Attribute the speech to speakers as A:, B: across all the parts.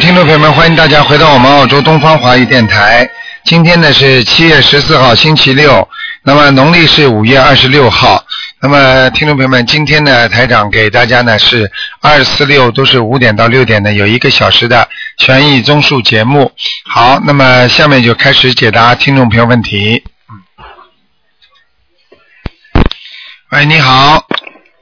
A: 听众朋友们，欢迎大家回到我们澳洲东方华语电台。今天呢是七月十四号，星期六，那么农历是五月二十六号。那么听众朋友们，今天呢台长给大家呢是二四六都是五点到六点呢有一个小时的悬疑综述节目。好，那么下面就开始解答听众朋友问题。嗯，喂，你好，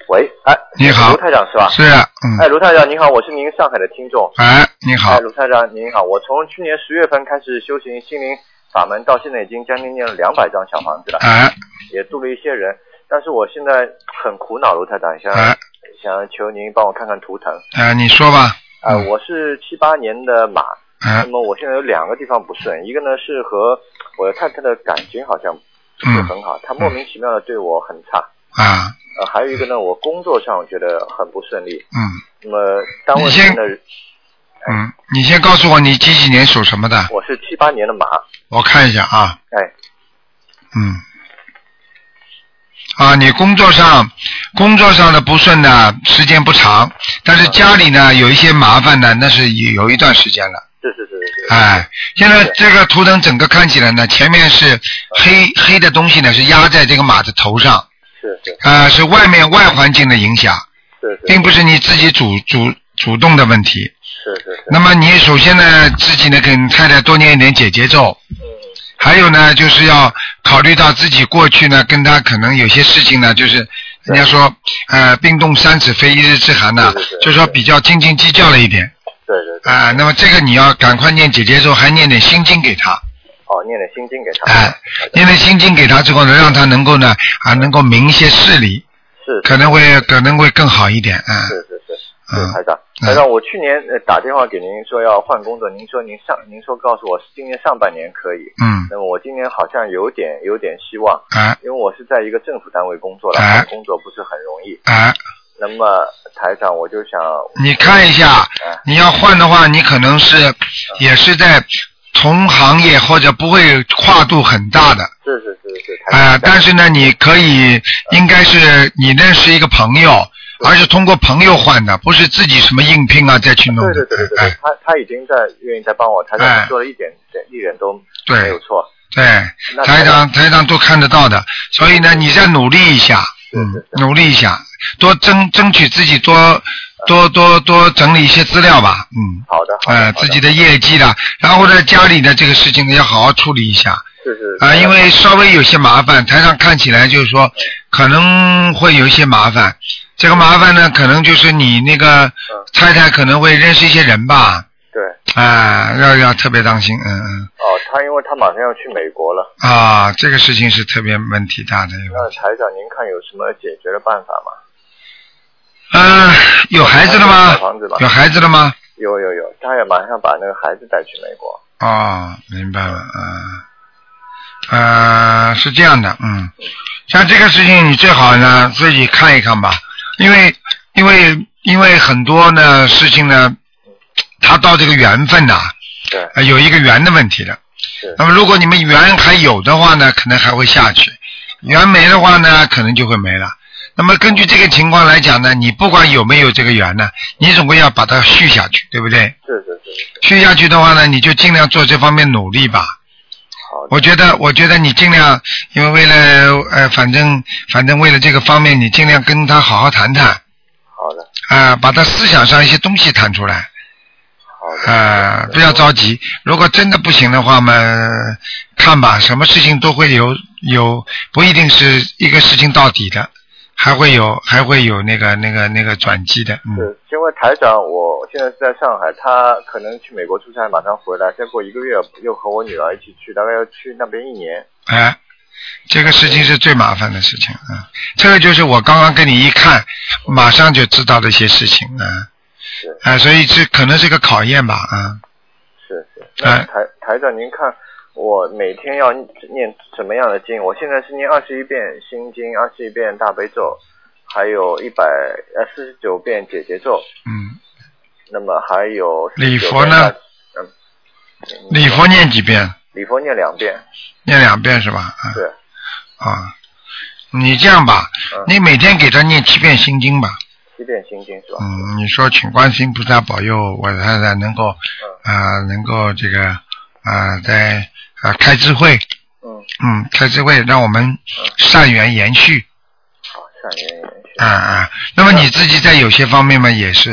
B: 喂，哎，
A: 你好
B: 卢台长是吧？
A: 是，嗯，
B: 哎，卢台长您好，我是您上海的听众。
A: 哎，你好
B: 哎，，卢台长您好，我从去年十月份开始修行心灵法门，到现在已经将近念了两百张小房子了，
A: 哎，
B: 也度了一些人。但是我现在很苦恼，卢台长，想、
A: 哎，
B: 想求您帮我看看图腾。
A: 哎，你说吧，
B: 啊、
A: 嗯
B: 我是七八年的马，
A: 哎
B: 那，么我现在有两个地方不顺，一个呢是和我的太太的感情好像不是很好，她莫名其妙的对我很差。
A: 嗯啊，
B: 呃，还有一个呢，我工作上我觉得很不顺利。
A: 嗯。
B: 那么单位
A: 你
B: 里
A: 先
B: 面的
A: 嗯，你先告诉我你几几年属什么的，
B: 我是七八年的马，
A: 我看一下啊。
B: 哎，
A: 嗯。啊，你工作上工作上的不顺呢，时间不长，但是家里
B: 嗯
A: 呢有一些麻烦呢，那是有有一段时间了。
B: 是是是是，是，
A: 哎，现在这个图腾整个看起来呢，前面是黑黑的东西呢是压在这个马的头上，
B: 是是
A: 啊、是外面外环境的影响，
B: 是是
A: 并不是你自己主主主动的问题。
B: 是是是，
A: 那么你首先呢，自己呢跟太太多念一点解结咒，还有呢就是要考虑到自己过去呢跟他可能有些事情呢，就是人家说呃冰冻三尺非一日之寒呐、
B: 是是是
A: 就说比较斤斤计较了一点
B: 对对对，
A: 啊、那么这个你要赶快念解结咒，还念点心经给他，
B: 哦，念点心经给他，
A: 哎、念点心经给他之后呢，让他能够呢啊能够明一些事理，
B: 是
A: 可能会可能会更好一点啊、
B: 是是是是，
A: 嗯
B: 台长，
A: 嗯
B: 台长，我去年呃打电话给您说要换工作，您说您上，您说告诉我今年上半年可以，
A: 嗯
B: 那么我今年好像有点有点希望，
A: 啊
B: 因为我是在一个政府单位工作了，
A: 哎
B: 换工作不是很容易，
A: 啊。
B: 那么台长我就想，啊
A: 你看一下，你要换的话，你可能
B: 嗯
A: 是也是在同行业或者不会跨度很大的
B: 是是是是，嗯台
A: 啊、
B: 长
A: 呃但是呢，你可以应该是你认识一个朋友，而是通过朋友换的，不是自己什么应聘啊再去弄
B: 对
A: 的。
B: 对对对对，
A: 哎
B: 对，他他已经在愿意在帮我，台
A: 哎
B: 长说了一点点一点都哦
A: 对
B: 没有错。
A: 对，
B: 那
A: 台
B: 台
A: 长台长都看得到的，所以呢，你再努力一下，
B: 是
A: 嗯
B: 是，
A: 努力一下，多争争取自己多多多多整理一些资料吧，嗯。
B: 好的，好的，
A: 呃，
B: 好
A: 自己的业绩啦，然后呢，家里的这个事情呢，要好好处理一下
B: 是是
A: 啊、因为稍微有些麻烦，台上看起来就是说可能会有一些麻烦，这个麻烦呢，可能就是你那个太太可能会认识一些人吧，
B: 嗯对
A: 啊、要要特别当心，嗯嗯，
B: 哦，他因为他马上要去美国了，
A: 啊，这个事情是特别问题大的，
B: 那台长您看有什么解决的办法吗？
A: 嗯、有孩子了吗
B: 小？房子吧
A: 有，孩子了吗？
B: 有有有，他也马上把那个孩子带去美国。
A: 哦，明白了，嗯、呃，是这样的，嗯，像这个事情你最好呢自己看一看吧，因为因为因为很多呢事情呢，它到这个缘分呐、
B: 对，
A: 呃有一个缘的问题的
B: 是。
A: 那么如果你们缘还有的话呢，可能还会下去；缘没的话呢，可能就会没了。那么根据这个情况来讲呢，你不管有没有这个缘呢，你总归要把它续下去，对不对？
B: 是是是，是
A: 续下去的话呢，你就尽量做这方面努力吧。
B: 好的，
A: 我觉得，我觉得你尽量，因为为了呃，反正反正为了这个方面，你尽量跟他好好谈谈
B: 好的，
A: 啊、把他思想上一些东西谈出来
B: 好的。
A: 啊、不要着急。如果真的不行的话嘛，看吧，什么事情都会有有，不一定是一个事情到底的，还会有还会有那个那个那个转机的。嗯，
B: 是，因为台长我现在是在上海，他可能去美国出差，马上回来，再过一个月又和我女儿一起去，大概要去那边一年。
A: 哎，这个事情是最麻烦的事情啊、嗯这个就是我刚刚跟你一看，马上就知道的一些事情啊。嗯
B: 是
A: 啊、所以这可能是个考验吧啊、
B: 是是，
A: 哎
B: 那台台长，您看我每天要念什么样的经？我现在是念二十一遍心经，二十一遍大悲咒，还有一百呃四十九遍解结咒，
A: 嗯。
B: 那么还有49
A: 礼佛呢
B: 遍大？嗯，嗯
A: 礼佛念几遍？
B: 礼佛念两遍，
A: 念两遍是吧？啊、
B: 是
A: 啊，你这样吧，
B: 嗯
A: 你每天给他念七遍心经吧，
B: 七七遍心经是吧？
A: 嗯，你说请观世音菩萨保佑我太太能够
B: 嗯
A: 啊、能够这个啊、在啊、开智慧，
B: 嗯，
A: 嗯，开智慧，让我们善缘延续
B: 好，善缘延续。
A: 啊啊、那么你自己在有些方面嘛，也是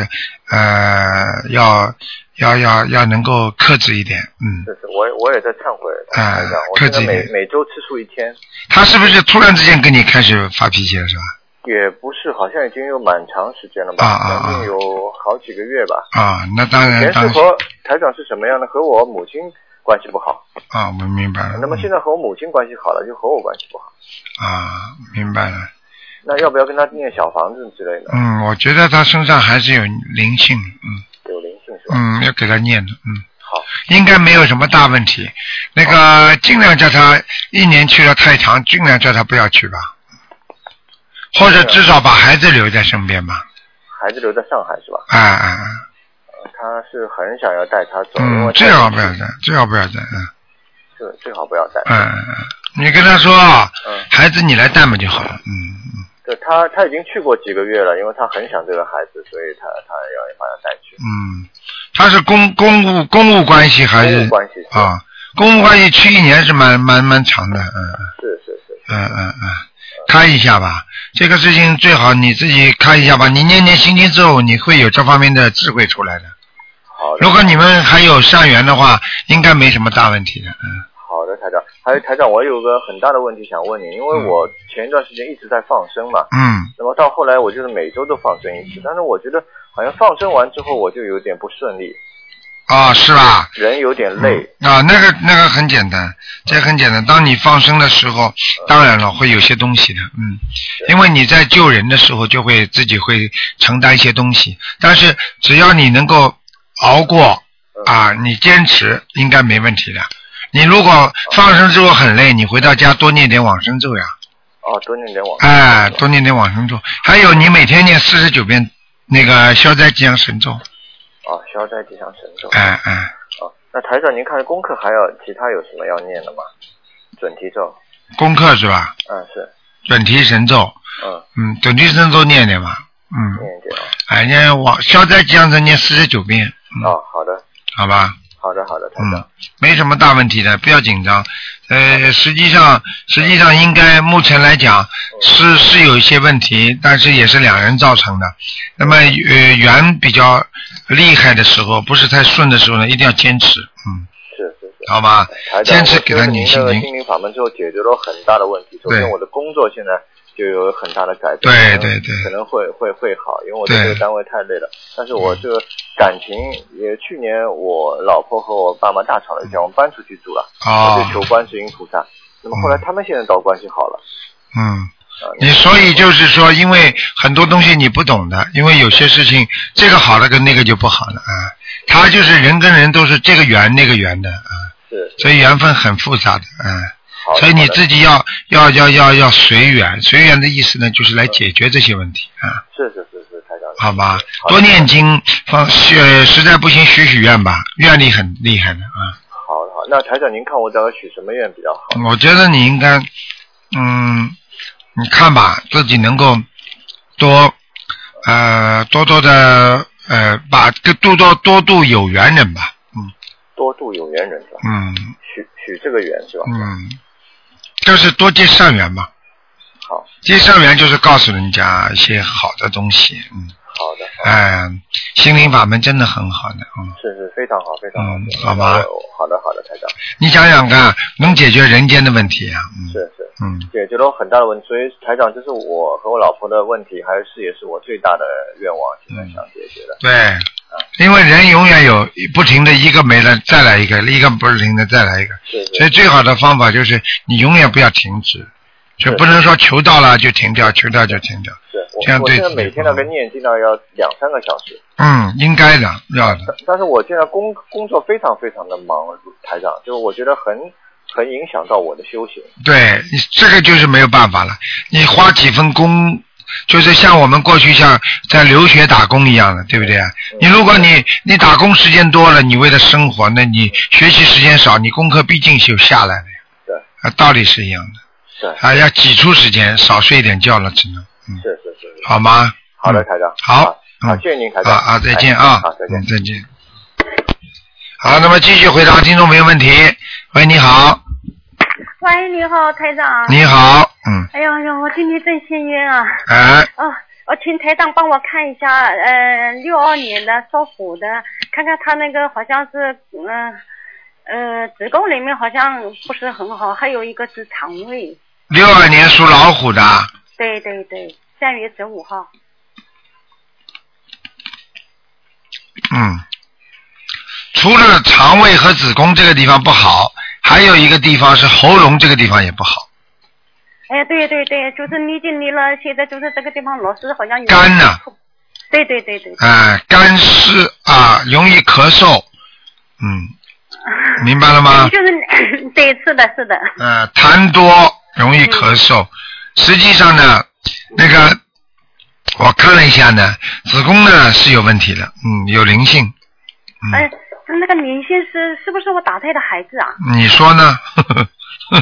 A: 呃，要要要要能够克制一点，嗯。
B: 是是，我也我也在忏悔，
A: 啊
B: 台长，我
A: 克
B: 现
A: 制
B: 在
A: 一
B: 每
A: 点
B: 每周吃素一天，
A: 他是不是突然之间跟你开始发脾气了，是吧？
B: 也不是，好像已经有蛮长时间了吧，
A: 啊啊啊
B: 将近有好几个月吧。
A: 啊，那当
B: 以
A: 然，
B: 前
A: 当然
B: 是和台长是什么样的？和我母亲关系不好，
A: 啊，我明白了。
B: 那么现在和我母亲关系好了，就和我关系不好。
A: 啊，明白了。
B: 那要不要跟他念小房子之类的？
A: 嗯，我觉得他身上还是有灵性，嗯
B: 有灵性是吧？
A: 嗯，要给他念的，嗯，
B: 好，
A: 应该没有什么大问题。那个尽量叫他一年去了太长，尽量叫他不要去吧，或者至少把孩子留在身边吧。
B: 孩子留在上海是吧？
A: 啊啊，啊
B: 他是很想要带他走，因
A: 嗯
B: 为，
A: 最好不要这样，最好不要这样，嗯
B: 是最好不要带。
A: 嗯嗯，嗯你跟他说啊，
B: 嗯，
A: 孩子你来带嘛就好了，嗯嗯。
B: 对他他已经去过几个月了，因为他很想这个孩子，所以他他要把他带去。
A: 嗯，他是公公务公务关系还
B: 公
A: 是
B: 务关系是
A: 啊？公务关系去一年是蛮蛮蛮长的，嗯
B: 是是是，
A: 嗯嗯嗯，看一下吧。这个事情最好你自己看一下吧。你念念心经之后，你会有这方面的智慧出来的。
B: 好的
A: 如果你们还有善缘的话，应该没什么大问题的。嗯
B: 好的，台长。还有台长，我有个很大的问题想问你，因为我前一段时间一直在放生嘛，
A: 嗯
B: 那么到后来我就是每周都放生一次，但是我觉得好像放生完之后我就有点不顺利，
A: 啊、是吧？
B: 人有点累。
A: 啊，那个那个很简单，这很简单。当你放生的时候，当然了会有些东西的，嗯，因为你在救人的时候就会自己会承担一些东西，但是只要你能够熬过啊，你坚持应该没问题的。你如果放生之后很累，你回到家多念点往生咒呀，
B: 哦，多念点往生。
A: 哎，多念点往生咒。还有你每天念四十九遍那个消灾吉祥神咒，
B: 哦，消灾吉祥神咒。
A: 哎哎，
B: 哦，那台长，您看功课还要其他有什么要念的吗？准提咒，
A: 功课是吧？
B: 嗯是，
A: 准提神咒，
B: 嗯
A: 嗯，准提神咒念念吧，嗯。
B: 念一点啊。
A: 哎，念往消灾吉祥神念四十九遍，嗯
B: 哦，好的，
A: 好吧，
B: 好的，好的，台
A: 嗯
B: 长。，
A: 没什么大问题的，不要紧张。呃，实际上，实际上应该目前来讲是是有一些问题，但是也是两人造成的。那么呃，缘比较厉害的时候，不是太顺的时候呢，一定要坚持，嗯，
B: 是是是。
A: 好吧？
B: 台长，
A: 坚
B: 我
A: 持给
B: 修
A: 他
B: 了
A: 念
B: 您
A: 心
B: 的
A: 经
B: 心灵法门之后，解决了很大的问题。首先，
A: 对
B: 我的工作现在就有很大的改变，
A: 对
B: 可能
A: 对对
B: 可能会会会好，因为我在这
A: 对嗯
B: 个单位太累了。但是我这个感情也，去年我老婆和我爸妈大吵了一架，我们搬出去住了，我
A: 哦
B: 就，求观世音菩萨。那么后来他们现在倒关系好了，
A: 嗯。
B: 啊
A: 你所以就是说，因为很多东西你不懂的，因为有些事情这个好了跟那个就不好了啊。他就是人跟人都是这个缘那个缘的啊，
B: 是
A: 所以缘分很复杂的啊。
B: 好的，
A: 所以你
B: 好的
A: 自己要要要要要随缘，随缘的意思呢，就是来解决这些问题啊，
B: 是是是是台长，
A: 好吧？
B: 好的
A: 多念经，放呃，实在不行许许愿吧，愿力很厉害的啊。
B: 好的好的，那台长您看我大概许什么愿比较好？
A: 我觉得你应该，嗯，你看吧，自己能够多呃多多的呃把跟多多多度有缘人吧，嗯
B: 多度有缘人是吧？
A: 嗯
B: 许许这个缘是吧？
A: 嗯，就是多结善缘嘛，
B: 好，
A: 结善缘就是告诉人家一些好的东西，嗯，
B: 好的，好的
A: 哎、心灵法门真的很好的，嗯，
B: 是是非常好，非常好，
A: 嗯好吧
B: 我好的好的，台长，
A: 你想想看，能解决人间的问题啊，嗯
B: 是是
A: 嗯
B: 解决了我很大的问题，所以台长，这是我和我老婆的问题，还是也是我最大的愿望，现在想解决的。
A: 嗯对。因为人永远有不停的一个没了再来一个，一个不停的再来一个，
B: 是是
A: 所以最好的方法就是你永远不要停止，就不能说求到了就停掉，求到就停掉。
B: 是，
A: 这样
B: 我我
A: 对
B: 现在
A: 自己
B: 每
A: 不
B: 天大
A: 好
B: 概念经呢要两三个小时，
A: 嗯，应该的，要的。
B: 但但是我现在工工作非常非常的忙，台长，就是我觉得很很影响到我的修行。
A: 对你这个就是没有办法了，你花几分工，就是像我们过去像在留学打工一样的，对不对？
B: 嗯
A: 你如果你你打工时间多了，你为了生活，那你学习时间少，你功课毕竟是有下来的呀。
B: 对
A: 啊，道理是一样的。
B: 对，
A: 啊，要挤出时间，少睡一点觉了，只能，嗯，
B: 是是是，
A: 好吗？嗯
B: 好的，台长。
A: 好
B: 好，
A: 嗯
B: 谢谢您，台
A: 啊
B: 长。
A: 啊，再见
B: 哎
A: 啊，
B: 好，再见
A: 嗯。再见。好，那么继续回答听众朋友问题。喂，你好，
C: 喂，你好，台长。
A: 你好，嗯，
C: 哎呦哎呦，我今天真幸运啊！
A: 哎，
C: 哦，我请台长帮我看一下，呃，六二年的属虎的，看看他那个好像是，嗯、呃，子宫里面好像不是很好，还有一个是肠胃。
A: 六二年属老虎的，
C: 对对对，三月十五号。
A: 嗯，除了肠胃和子宫这个地方不好，还有一个地方是喉咙这个地方也不好，
C: 哎，对对对，就是你经历了，现在就是这个地方老是好像有
A: 干呐
C: 对对对对，
A: 哎、干湿啊，容易咳嗽，嗯，明白了吗？
C: 就是对，是 的，是的，
A: 呃，痰多，容易咳嗽。实际上呢，那个我看了一下呢，子宫呢是有问题的，嗯，有灵性。
C: 哎、那个明星是是不是我打胎的孩子啊？
A: 你说呢？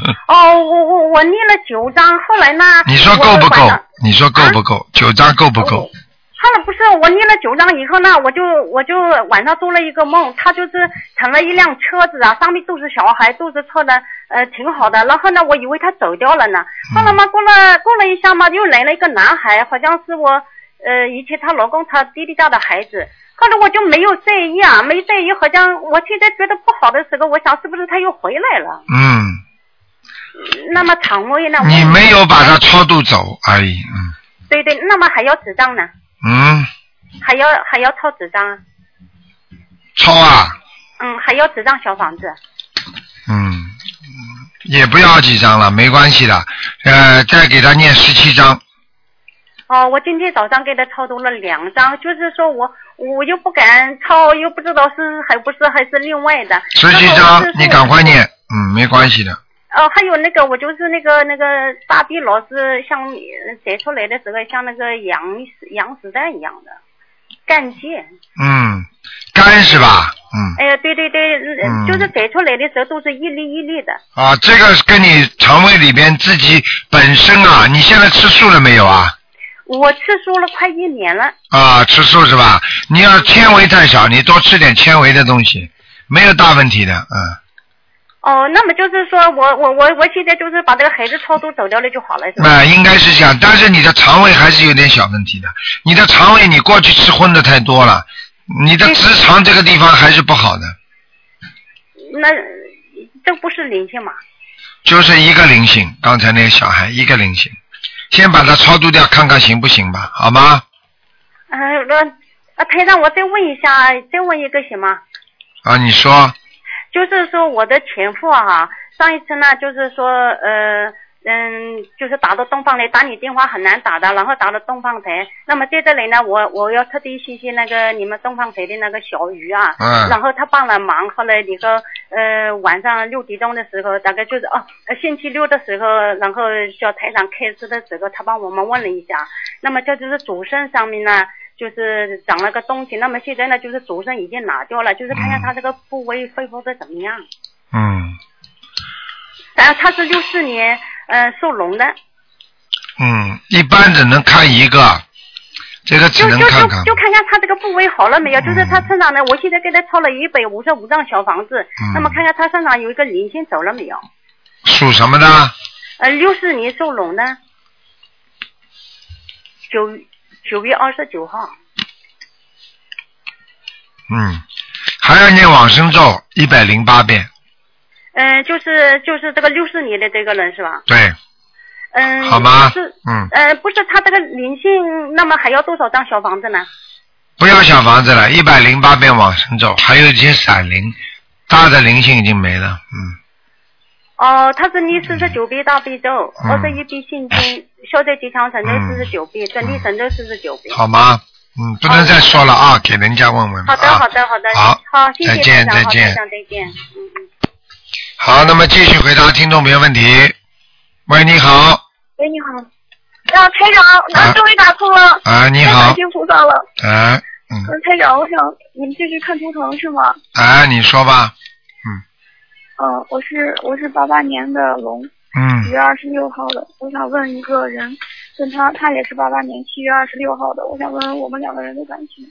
C: 哦，我我我念了九章，后来呢？
A: 你说够
C: 我
A: 不
C: 晚
A: 够
C: 上？
A: 你说够不够？九张够不够？
C: 后来不是我念了九章以后呢，我就我就晚上做了一个梦，他就是乘了一辆车子啊，上面都是小孩，都是车的，呃，挺好的。然后呢，我以为他走掉了呢，
A: 嗯
C: 后来嘛，过了过了一下嘛，又来了一个男孩，好像是我呃以前她老公她弟弟家的孩子。后来我就没有在意啊，没在意，好像我现在觉得不好的时候，我想是不是他又回来了？
A: 嗯，
C: 那么肠胃呢？我
A: 你没有把它超度走而已。嗯
C: 对对，那么还要纸张呢？
A: 嗯，
C: 还要还要抄纸张啊？
A: 超啊，
C: 嗯，还要纸张小房子。
A: 嗯，也不要几张了，没关系的。呃，再给他念十七章。
C: 哦，我今天早上给他抄读了两张，就是说我我又不敢抄，又不知道是还不是还是另外的。
A: 十七
C: 然后
A: 章
C: 就是，
A: 你赶快念。嗯，没关系的。
C: 哦，还有那个，我就是那个那个大臂老是像呃写出来的时候，像那个羊羊子弹一样的干结。
A: 嗯，肝是吧？嗯
C: 哎呀，对对对，嗯
A: 嗯
C: 就是写出来的时候都是一粒一粒的。
A: 啊，这个跟你肠胃里边自己本身啊，你现在吃素了没有啊？
C: 我吃素了快一年了。
A: 啊，吃素是吧？你要纤维太少，你多吃点纤维的东西，没有大问题的。嗯，
C: 哦，那么就是说我我我我现在就是把这个孩子超度走掉了就好了，是吧？
A: 那、啊应该是这样，但是你的肠胃还是有点小问题的。你的肠胃你过去吃荤的太多了，你的直肠这个地方还是不好的，
C: 那这不是灵性嘛？
A: 就是一个灵性。刚才那个小孩一个灵性，先把它超度掉，看看行不行吧？好吗？
C: 呃，那啊，台长，我再问一下，再问一个行吗？
A: 啊，你说，
C: 就是说我的前夫啊，上一次呢，就是说呃。嗯，就是打到东方来打你电话很难打的，然后打到东方台。那么在这里呢，我我要特地谢谢那个你们东方台的那个小鱼啊，
A: 嗯
C: 然后他帮了忙。后来以后，呃，晚上六点钟的时候，大概就是哦，呃星期六的时候，然后叫台长开始的时候，他帮我们问了一下。那么这就是主肾上面呢，就是长了个东西。那么现在呢，就是主肾已经拿掉了，就是看看他这个部位恢复的怎么样。
A: 嗯。
C: 然后啊他是六四年，呃，属龙的，
A: 嗯，一般只能看一个，这个只
C: 就
A: 能
C: 就
A: 看
C: 就
A: 看。嗯
C: 就看看他这个部位好了没有？就是他身上呢，我现在给他抄了一百五十五张小房子，
A: 嗯
C: 那么看看他身上有一个灵性走了没有？
A: 属什么的？
C: 呃，六四年属龙的，九九月二十九号。
A: 嗯，还要念往生咒一百零八遍。
C: 嗯、就是就是这个六四年的这个人是吧？
A: 对，
C: 嗯、
A: 好吗
C: 是，
A: 嗯，
C: 呃，不是他这个灵性，那么还要多少张小房子呢？
A: 不要小房子了，一百零八遍往生咒，还有一些闪灵，大的灵性已经没了。嗯，
C: 哦，他是念四十九遍大悲咒，
A: 嗯
C: 二十一遍心经，消灾吉祥神咒
A: 嗯
C: 四十九遍，准提神咒四十九遍。
A: 好吗？嗯，不能再说了啊，给人家问问吧啊。
C: 好的，好的，好的，
A: 好
C: 好，谢谢
A: 再见
C: 台长好
A: 再见
C: 台长再见。嗯嗯。
A: 好，那么继续回答听众朋友问题。喂，你好，
D: 喂，你好。啊，台长，
A: 啊
D: 那终于打通了，
A: 啊，你
D: 太
A: 好
D: 感，谢菩萨了。
A: 啊，嗯，
D: 嗯，台长，我想你们这是看图腾是吗？
A: 啊，你说吧，
D: 嗯，我是我是八八年的龙，
A: 嗯
D: 五月二十六号的。我想问一个人，跟他，他也是八八年七月二十六号的，我想问问我们两个人的感情。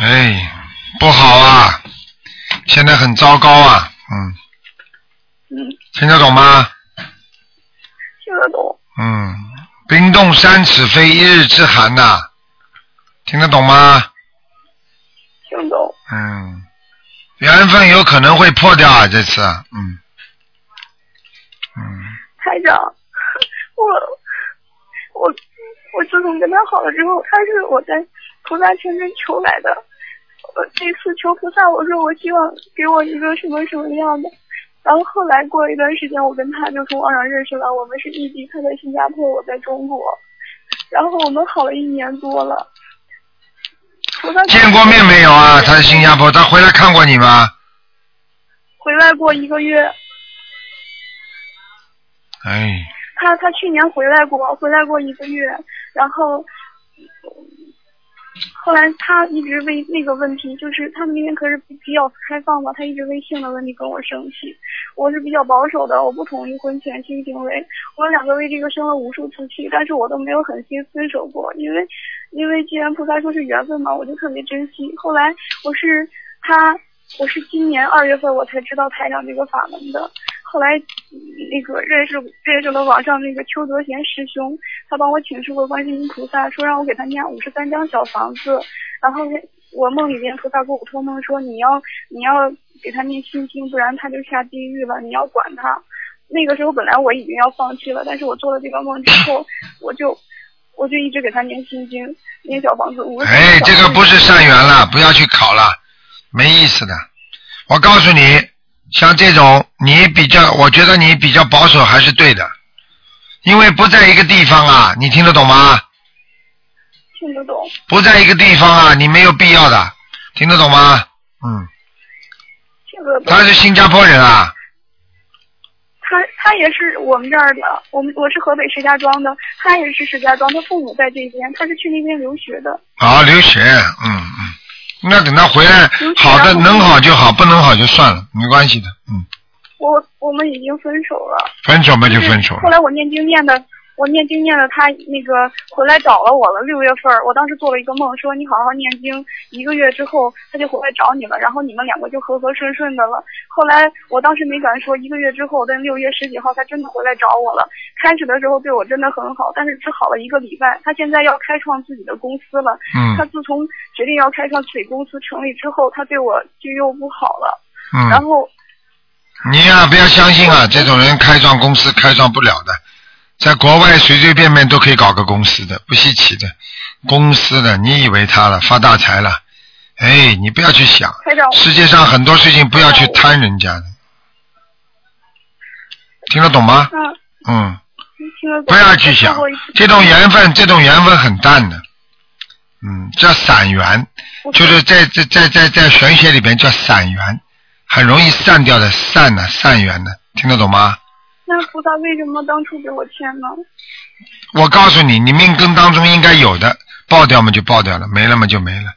A: 哎，不好啊，现在很糟糕啊，嗯，
D: 嗯，
A: 听得懂吗？
D: 听得懂。
A: 嗯，冰冻三尺非一日之寒呐、听得懂吗？
D: 听得懂。
A: 嗯，缘分有可能会破掉啊，这次，嗯，嗯，
D: 台长，我我我自从跟他好了之后，他是我在菩萨前面求来的。我这次求菩萨，我说我希望给我一个什么什么样的。然后后来过一段时间，我跟他就从网上认识了，我们是异地，他在新加坡，我在中国。然后我们好了一年多了。菩萨
A: 见过面没有啊？他在新加坡，他回来看过你吗？
D: 回来过一个月，
A: 哎，
D: 他他去年回来过，回来过一个月，然后后来他一直为那个问题，就是他们那边可是比较开放嘛，他一直为性的问题跟我生气，我是比较保守的，我不同意婚前性行为，我们两个为这个生了无数次气，但是我都没有狠心分手过，因为因为既然菩萨说是缘分嘛，我就特别珍惜。后来我是他，我是今年二月份我才知道台长这个法门的，后来那个认识认识了网上那个邱德贤师兄，他帮我请示过观世音菩萨，说让我给他念五十三张小房子，然后我梦里面菩萨给我托梦说你要你要给他念心经，不然他就下地狱了，你要管他。那个时候本来我已经要放弃了，但是我做了这个梦之后，我就我就一直给他念心经，念小房子五十三
A: 哎，
D: 小
A: 这个
D: 房
A: 不
D: 子
A: 是善缘了，不要去考了，没意思的。我告诉你，像这种你比较，我觉得你比较保守还是对的，因为不在一个地方啊，你听得懂吗？
D: 听得懂。
A: 不在一个地方啊，你没有必要的，听得懂吗？嗯，
D: 听得懂。
A: 他是新加坡人啊，
D: 他他也是我们这儿的，我们我是河北石家庄的，他也是石家庄，他父母在这边，他是去那边留学的。
A: 好留学，嗯嗯，那等他回来
D: 留学
A: 好的
D: 然后
A: 能好就好，不能好就算了，没关系的，嗯，
D: 我我们已经分手了，
A: 分手嘛就分手
D: 后
A: 了，
D: 来我念经念的，我念经念的他那个回来找了我了。六月份儿，我当时做了一个梦，说你好好念经，一个月之后他就回来找你了，然后你们两个就和和顺顺的了。后来我当时没敢说，一个月之后，但六月十几号他真的回来找我了。开始的时候对我真的很好，但是只好了一个礼拜。他现在要开创自己的公司了，
A: 嗯
D: 他自从决定要开创自己公司成立之后，他对我就又不好了。
A: 嗯。
D: 然后
A: 你呀、不要相信啊，这种人开创公司开创不了的，在国外随随便便都可以搞个公司的，不稀奇的。公司的，你以为他了发大财了？哎，你不要去想，
D: 台长，
A: 世界上很多事情不要去贪人家的，听得懂吗？
D: 嗯，
A: 嗯，
D: 你听得懂
A: 不要去想
D: 我做过一次
A: 这种缘分，这种缘分很淡的，嗯，叫散缘，
D: 我
A: 就是在在在在在玄学里边叫散缘，很容易散掉的散呢、散缘的，听得懂吗？
D: 那菩萨为什么当初给我签呢？
A: 我告诉你，你命根当中应该有的，爆掉嘛就爆掉了，没了嘛就没了。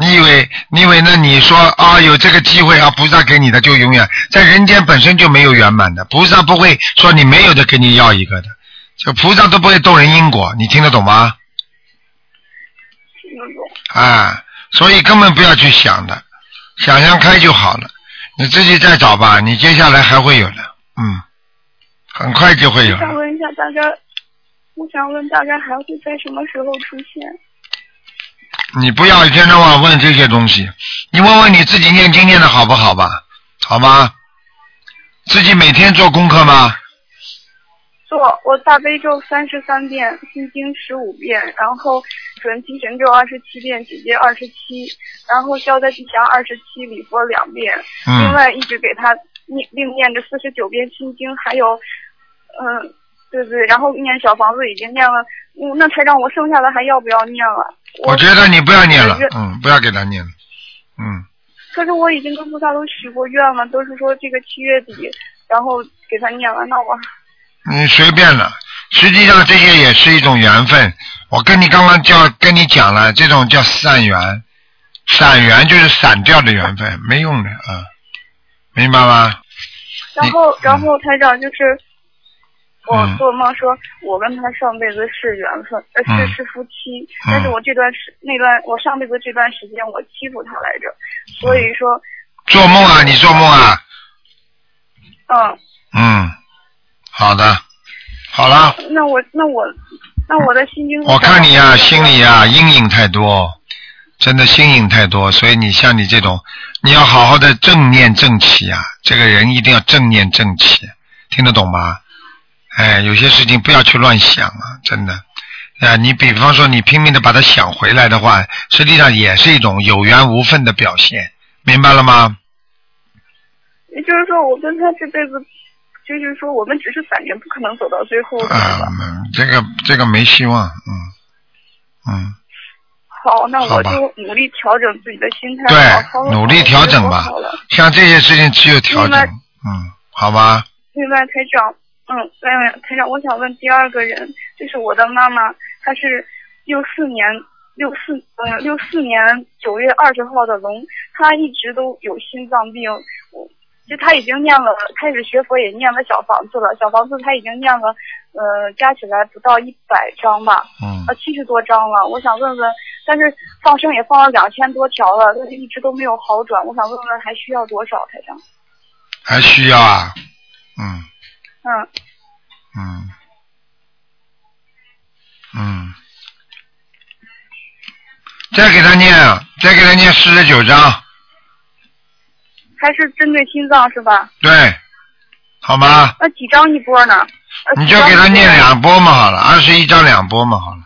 A: 你以为你以为那你说啊有这个机会啊菩萨给你的就永远在人间本身就没有圆满的，菩萨不会说你没有的给你要一个的，就菩萨都不会动人因果，你听得懂吗？
D: 听得懂？
A: 啊，所以根本不要去想的，想想开就好了，你自己再找吧，你接下来还会有的，嗯，很快就会有
D: 我想
A: 了。
D: 问一下，大概，我想问大概还会在什么时候出现？
A: 你不要一天到晚问这些东西，你问问你自己念经念的好不好吧，好吗？自己每天做功课吗？
D: 做我大悲咒三十三遍，心经十五遍，然后准提神咒二十七遍，姐姐二十七，然后消灾吉祥二十七，礼佛两遍。另
A: 嗯，
D: 外一直给他念另念着四十九遍心经，还有，嗯，对对，然后念小房子已经念了，嗯，那才让我剩下的还要不要念了？
A: 我觉得你不要念了
D: 我觉，
A: 嗯，不要给他念了，嗯，
D: 可是我已经跟菩萨都许过愿了，都是说这个七月底，然后给他念完，那我
A: 嗯你随便了。实际上这些也是一种缘分。我跟你刚刚叫跟你讲了，这种叫散缘，散缘就是散掉的缘分，没用的啊、嗯明白吗？
D: 然后然后台长就是我
A: 嗯
D: 做梦说我跟他上辈子是缘分，呃
A: 嗯
D: 是是夫妻，但是我这段时那段我上辈子这段时间我欺负他来着，所以说
A: 做梦啊，你做梦啊，
D: 嗯，
A: 嗯，好的，好了，
D: 嗯那我那我那我的心经
A: 我看你呀、心里呀、阴影太多，真的阴影太多，所以你像你这种，你要好好的正念正气啊，这个人一定要正念正气，听得懂吗？哎，有些事情不要去乱想啊，真的。啊，你比方说你拼命的把它想回来的话，实际上也是一种有缘无分的表现，明白了吗？
D: 也就是说我跟他这辈子就是说我们只是散缘，不可能走到最后，
A: 啊、嗯这个这个没希望，嗯嗯，
D: 好，那
A: 好
D: 我
A: 吧
D: 就努力调整自己的心态，好好
A: 对，
D: 地
A: 努力调整吧
D: 好好地好了，
A: 像这些事情只有调
D: 明
A: 整
D: 白，
A: 嗯，好吧，
D: 另外，台长，嗯，另外台长，我想问第二个人，就是我的妈妈，她是六四年六四呃六四年九月二十号的龙，她一直都有心脏病，我就她已经念了，开始学佛也念了小房子了，小房子她已经念了，呃，加起来不到一百张吧，
A: 嗯
D: 呃，七十多张了。我想问问，但是放生也放了两千多条了，但是一直都没有好转。我想问问还需要多少，台长？
A: 还需要啊，嗯
D: 嗯。
A: 嗯嗯，再给他念，再给他念四十九章，
D: 还是针对心脏是吧？
A: 对，好吗？
D: 那呃几张一波呢？呃
A: 你就给他念。
D: 几张一波
A: 两波嘛，好了，二十一章两波嘛，好了，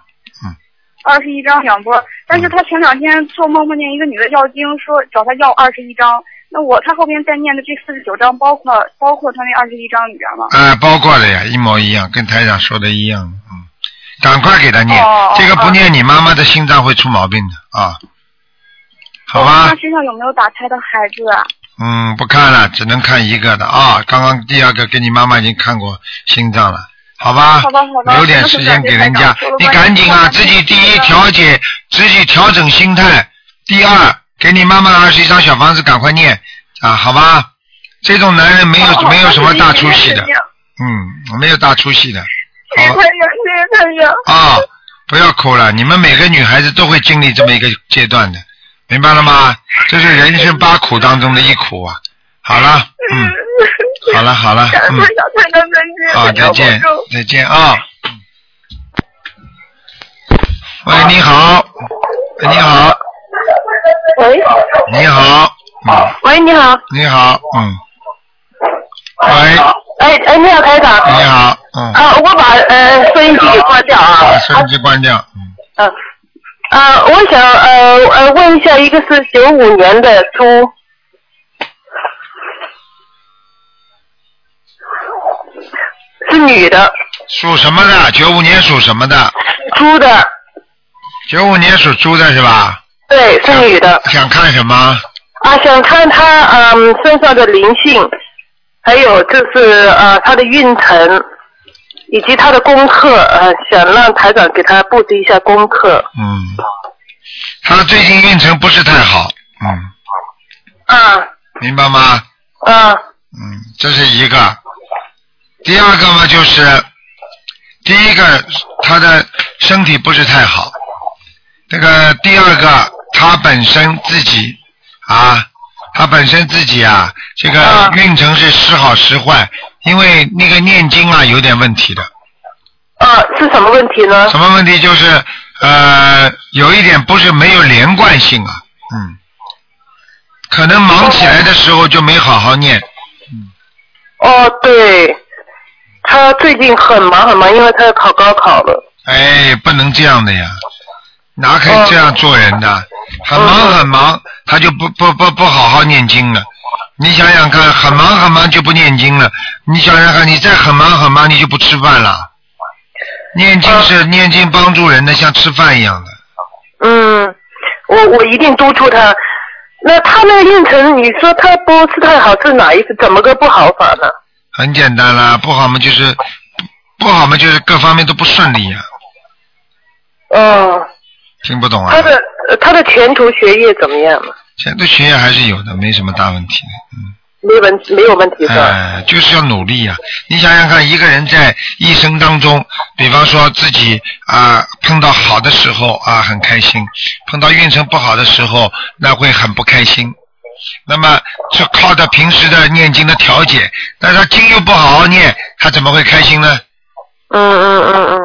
D: 二十一张两波，但
A: 嗯
D: 是他前两天做梦梦见一个女的要经，说找他要二十一张。那我他后边再念的这四十九张，包括包括他那二十一张里边吗？
A: 哎、包括了呀，一模一样，跟台长说的一样，嗯，赶快给他念，
D: 哦哦
A: 这个不
D: 哦
A: 念，你妈妈的心脏会出毛病的啊，好吧？
D: 他身上有没有打胎的孩子啊？
A: 嗯，不看了，只能看一个的啊。刚刚第二个给你妈妈已经看过心脏了，好吧？
D: 好吧好吧
A: 留点时间给人家
D: 那就感谢台长，
A: 你赶紧啊，
D: 说了半
A: 自
D: 天
A: 己第一
D: 谢谢啊
A: 调节，自己调整心态。第二，给你妈妈二十一张小房子，赶快念啊，好吧？这种男人没有、
D: 哦
A: 没有什么大出息的
D: 谢谢，
A: 嗯，没有大出息的，
D: 台
A: 好
D: 长，
A: 吧
D: 谢谢台长。
A: 啊，不要哭了，你们每个女孩子都会经历这么一个阶段的，明白了吗？这是人生八苦当中的一苦啊。好了，嗯。好了好了，嗯，
D: 长，台长再见
A: 好，再见，再见啊、喂，你好，喂你好，
E: 喂，
A: 你好，嗯，
E: 喂，你好，
A: 你好，嗯，喂，
E: 哎哎，你好，台长。
A: 你好，嗯，
E: 啊，我把呃收音机给关掉啊。
A: 把收音机关掉，嗯，
E: 嗯、啊啊，我想呃呃问一下，一个是九五年的猪，是女的，
A: 属什么的？九五年属什么的？
E: 猪的，
A: 九五年属猪的是吧？
E: 对，是女的。
A: 想看什么？
E: 啊，想看她嗯身上的灵性，还有就是呃她的运程，以及她的功课，呃想让台长给她布置一下功课。
A: 嗯，他啊最近运程不是太好，嗯，
E: 啊
A: 明白吗？
E: 啊
A: 嗯，这是一个。第二个嘛，就是第一个他的身体不是太好，这个第二个他本身自己啊，他本身自己啊，这个
E: 啊
A: 运程是时好时坏，因为那个念经啊有点问题的。
E: 啊，是什么问题呢？
A: 什么问题？就是呃，有一点不是没有连贯性啊，嗯，可能忙起来的时候就没好好念，
E: 哦，对，她最近很忙很忙，因为她要考高考了。
A: 哎，不能这样的呀，哪可以这样做人
E: 哦
A: 的？很忙很忙，他就不不不不好好念经了。你想想看，很忙很忙就不念经了。你想想看，你再很忙很忙，你就不吃饭了。念经
E: 哦
A: 是念经帮助人的，像吃饭一样的。
E: 嗯，我我一定督促她。那她那个运程，你说她不是太好，是哪一怎么个不好法呢？
A: 很简单啦，不好嘛就是不好嘛就是各方面都不顺利呀、
E: 哦。
A: 听不懂啊
E: 他？的呃他的前途学业怎么样了？
A: 现在学业还是有的，没什么大问题的。嗯，
E: 没问没有问题的。
A: 哎，就是要努力呀、你想想看，一个人在一生当中，比方说自己啊、碰到好的时候啊很开心，碰到运程不好的时候那会很不开心。那么是靠着平时的念经的调节，但他经又不好好念，他怎么会开心呢？
E: 嗯嗯嗯嗯，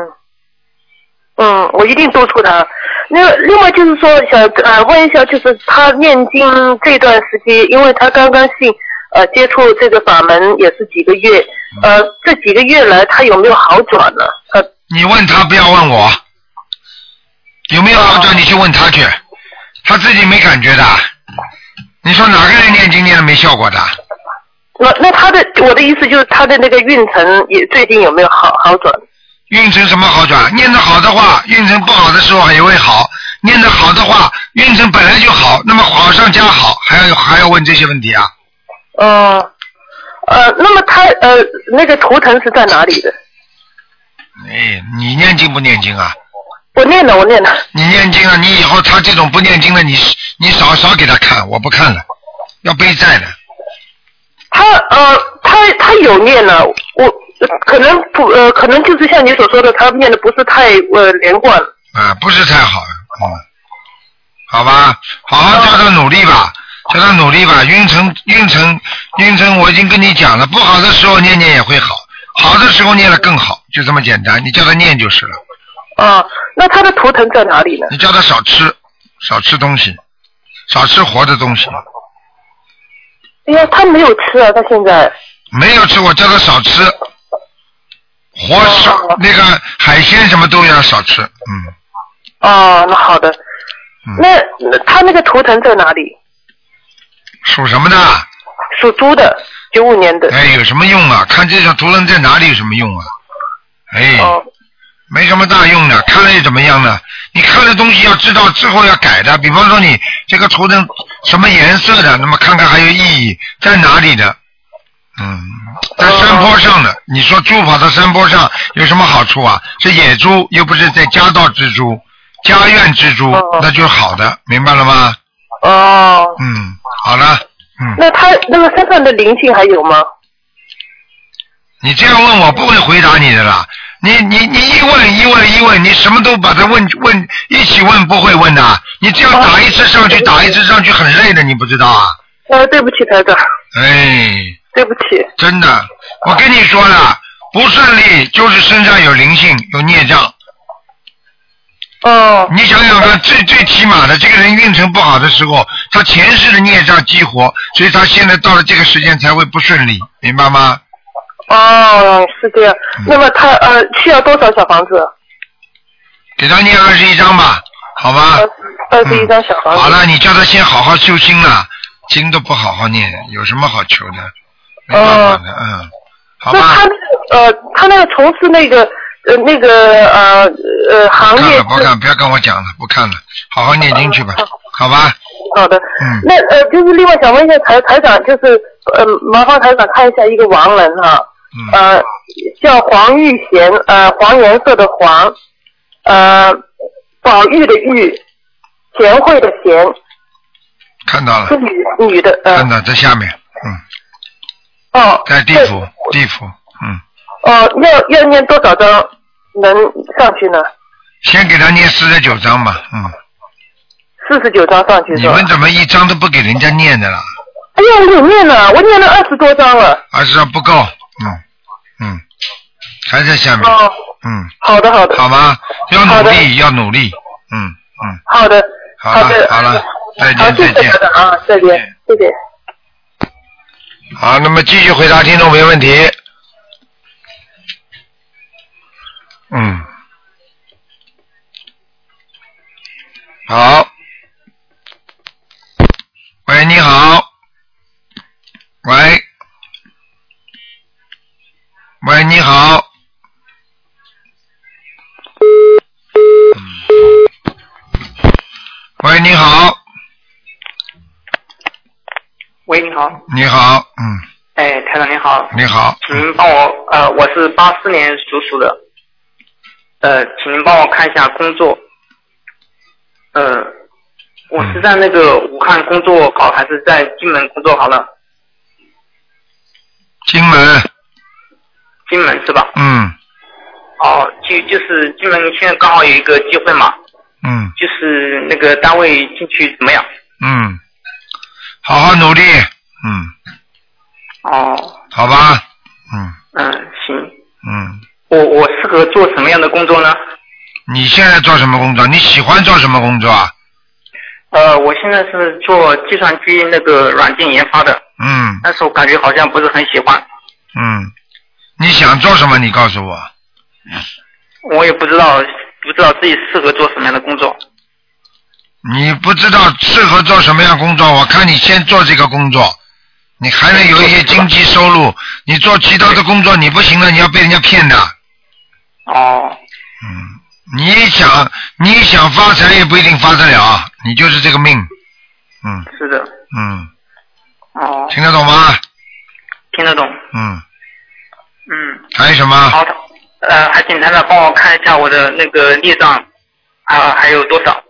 E: 嗯，我一定督促他。那另外就是说，想呃问一下，就是他念经这段时期，因为他刚刚信呃接触这个法门也是几个月，呃这几个月来他有没有好转呢？他
A: 你问他，不要问我，有
E: 哦
A: 没有好转？你去问他去，他自己没感觉的。你说哪个人念经念了没效果的？
E: 那那他的我的意思就是他的那个运程也最近有没有好好转？
A: 运程什么好转？念得好的话，运程不好的时候也会好；念得好的话，运程本来就好，那么好上加好，还要还要问这些问题啊？
E: 嗯，呃，那么他呃那个图腾是在哪里的？
A: 哎，你念经不念经啊？
E: 我念了，我念了。
A: 你念经啊？你以后他这种不念经的，你你少少给他看，我不看了，要背债的。
E: 他呃，他他有念呢，我可能不呃，可能就是像你所说的，他念的不是太呃连贯。
A: 啊，不是太好，嗯，好吧，好好叫他努力吧，叫他努力吧。运程，运程，运程，我已经跟你讲了，不好的时候念念也会好，好的时候念了更好，就这么简单。你叫他念就是了，
E: 啊、那他的图腾在哪里呢？
A: 你叫他少吃，少吃东西，少吃活的东西。
E: 哎呀，他没有吃啊，他现在。
A: 没有吃，我叫他少吃，活少那个海鲜什么都要少吃，嗯，
E: 哦，那好的。
A: 嗯
E: 那那他那个图腾在哪里？
A: 属什么的？
E: 属猪的，九五年的。
A: 哎，有什么用啊？看这种图腾在哪里有什么用啊？哎，
E: 哦，
A: 没什么大用的，看了又怎么样呢？你看了东西要知道之后要改的，比方说你这个图腾什么颜色的，那么看看还有意义在哪里的。嗯，在山坡上
E: 哦
A: 的，你说猪跑到山坡上有什么好处啊？是野猪，又不是在家道之猪、家院之猪
E: 哦，
A: 那就是好的，明白了吗？
E: 哦，
A: 嗯，好了，嗯，
E: 那他那个身上的灵性还有吗？
A: 你这样问我不会回答你的啦。你你你一问一问一问，你什么都把它问问一起问不会问的、你这样打一次上去打一次上去很累的，你不知道啊？
E: 呃，哦对不起，台长，
A: 哎，
E: 对不起。
A: 真的，我跟你说了，不顺利就是身上有灵性有孽障。
E: 哦，
A: 你想想看，最最起码的，这个人运程不好的时候，他前世的孽障激活，所以他现在到了这个时间才会不顺利，明白吗？
E: 哦，是这样。
A: 嗯
E: 那么他呃需要多少小房子？
A: 给他念二十一章吧，好吧？嗯
E: 呃，二十一张小房子。哦
A: 好了，你叫他先好好修心了，经都不好好念，有什么好求的？没办法的，嗯，好
E: 哦那
A: 吧
E: 他，那个呃，他那个从事那个呃那个呃呃行
A: 不看
E: 业
A: 了，不
E: 是
A: 看，不要跟我讲了，不看了，好好念经去吧，好吧？
E: 好的。
A: 嗯
E: 那呃，就是另外想问一下台台长，就是呃，麻烦台长看一下一个亡人哈、
A: 嗯，
E: 呃，叫黄玉贤，呃，黄颜色的黄，呃，宝玉的玉，贤惠的贤，
A: 看到了
E: 是，女女的，呃
A: 看，到在下面，嗯，
E: 哦，
A: 在地
E: 这
A: 府，地府，嗯，
E: 哦，要要念多少张能上去呢？
A: 先给他念四十九章吧，嗯，
E: 四十九张上去
A: 你
E: 是吧
A: 们？怎么一章都不给人家念的啦？
E: 哎呀，我有念了，我念了二十多张了。
A: 二十章不够，嗯，嗯，还在下面，
E: 哦，
A: 嗯，
E: 好的，好的，
A: 好吗？要
E: 好
A: 努
E: 的
A: 力，要努力，嗯嗯。
E: 好的，
A: 好
E: 好
A: 了
E: 的，
A: 好了，再
E: 好，
A: 见
E: 谢
A: 再
E: 谢
A: 见
E: 台。长啊，再见，谢谢。
A: 好，那么继续回答听众没问题。嗯，好。喂，你好。喂，喂，你好。嗯喂，你好，
F: 喂，你好，
A: 你好，嗯，
F: 哎，台长您好，
A: 你好，
F: 请您帮我，呃，我是八四年属鼠的，呃，请您帮我看一下工作，呃，我是在那个武汉工作好，还是在金门工作好了？
A: 金门，
F: 金门是吧？
A: 嗯
F: 哦，就就是金门现在刚好有一个机会嘛，
A: 嗯
F: 就是那个单位进去怎么样？
A: 嗯，好好努力，嗯，
F: 哦，
A: 好吧，嗯
F: 嗯，行，
A: 嗯，
F: 我我适合做什么样的工作呢？
A: 你现在做什么工作？你喜欢做什么工作啊？
F: 呃，我现在是做计算机那个软件研发的，
A: 嗯
F: 但是我感觉好像不是很喜欢，
A: 嗯，你想做什么？你告诉我。
F: 我也不知道不知道自己适合做什么样的工作。
A: 你不知道适合做什么样工作，我看你先做这个工作，你还能有一些经济收入。你做其他的工作你不行了，你要被人家骗的。
F: 哦，
A: 嗯，你想你想发财也不一定发得了，你就是这个命。嗯
F: 是的，
A: 嗯，
F: 哦，
A: 听得懂吗？
F: 听得懂，
A: 嗯，
F: 嗯，
A: 还有什么？
F: 好的，呃，还请台长帮我看一下我的那个业障啊、还有多少？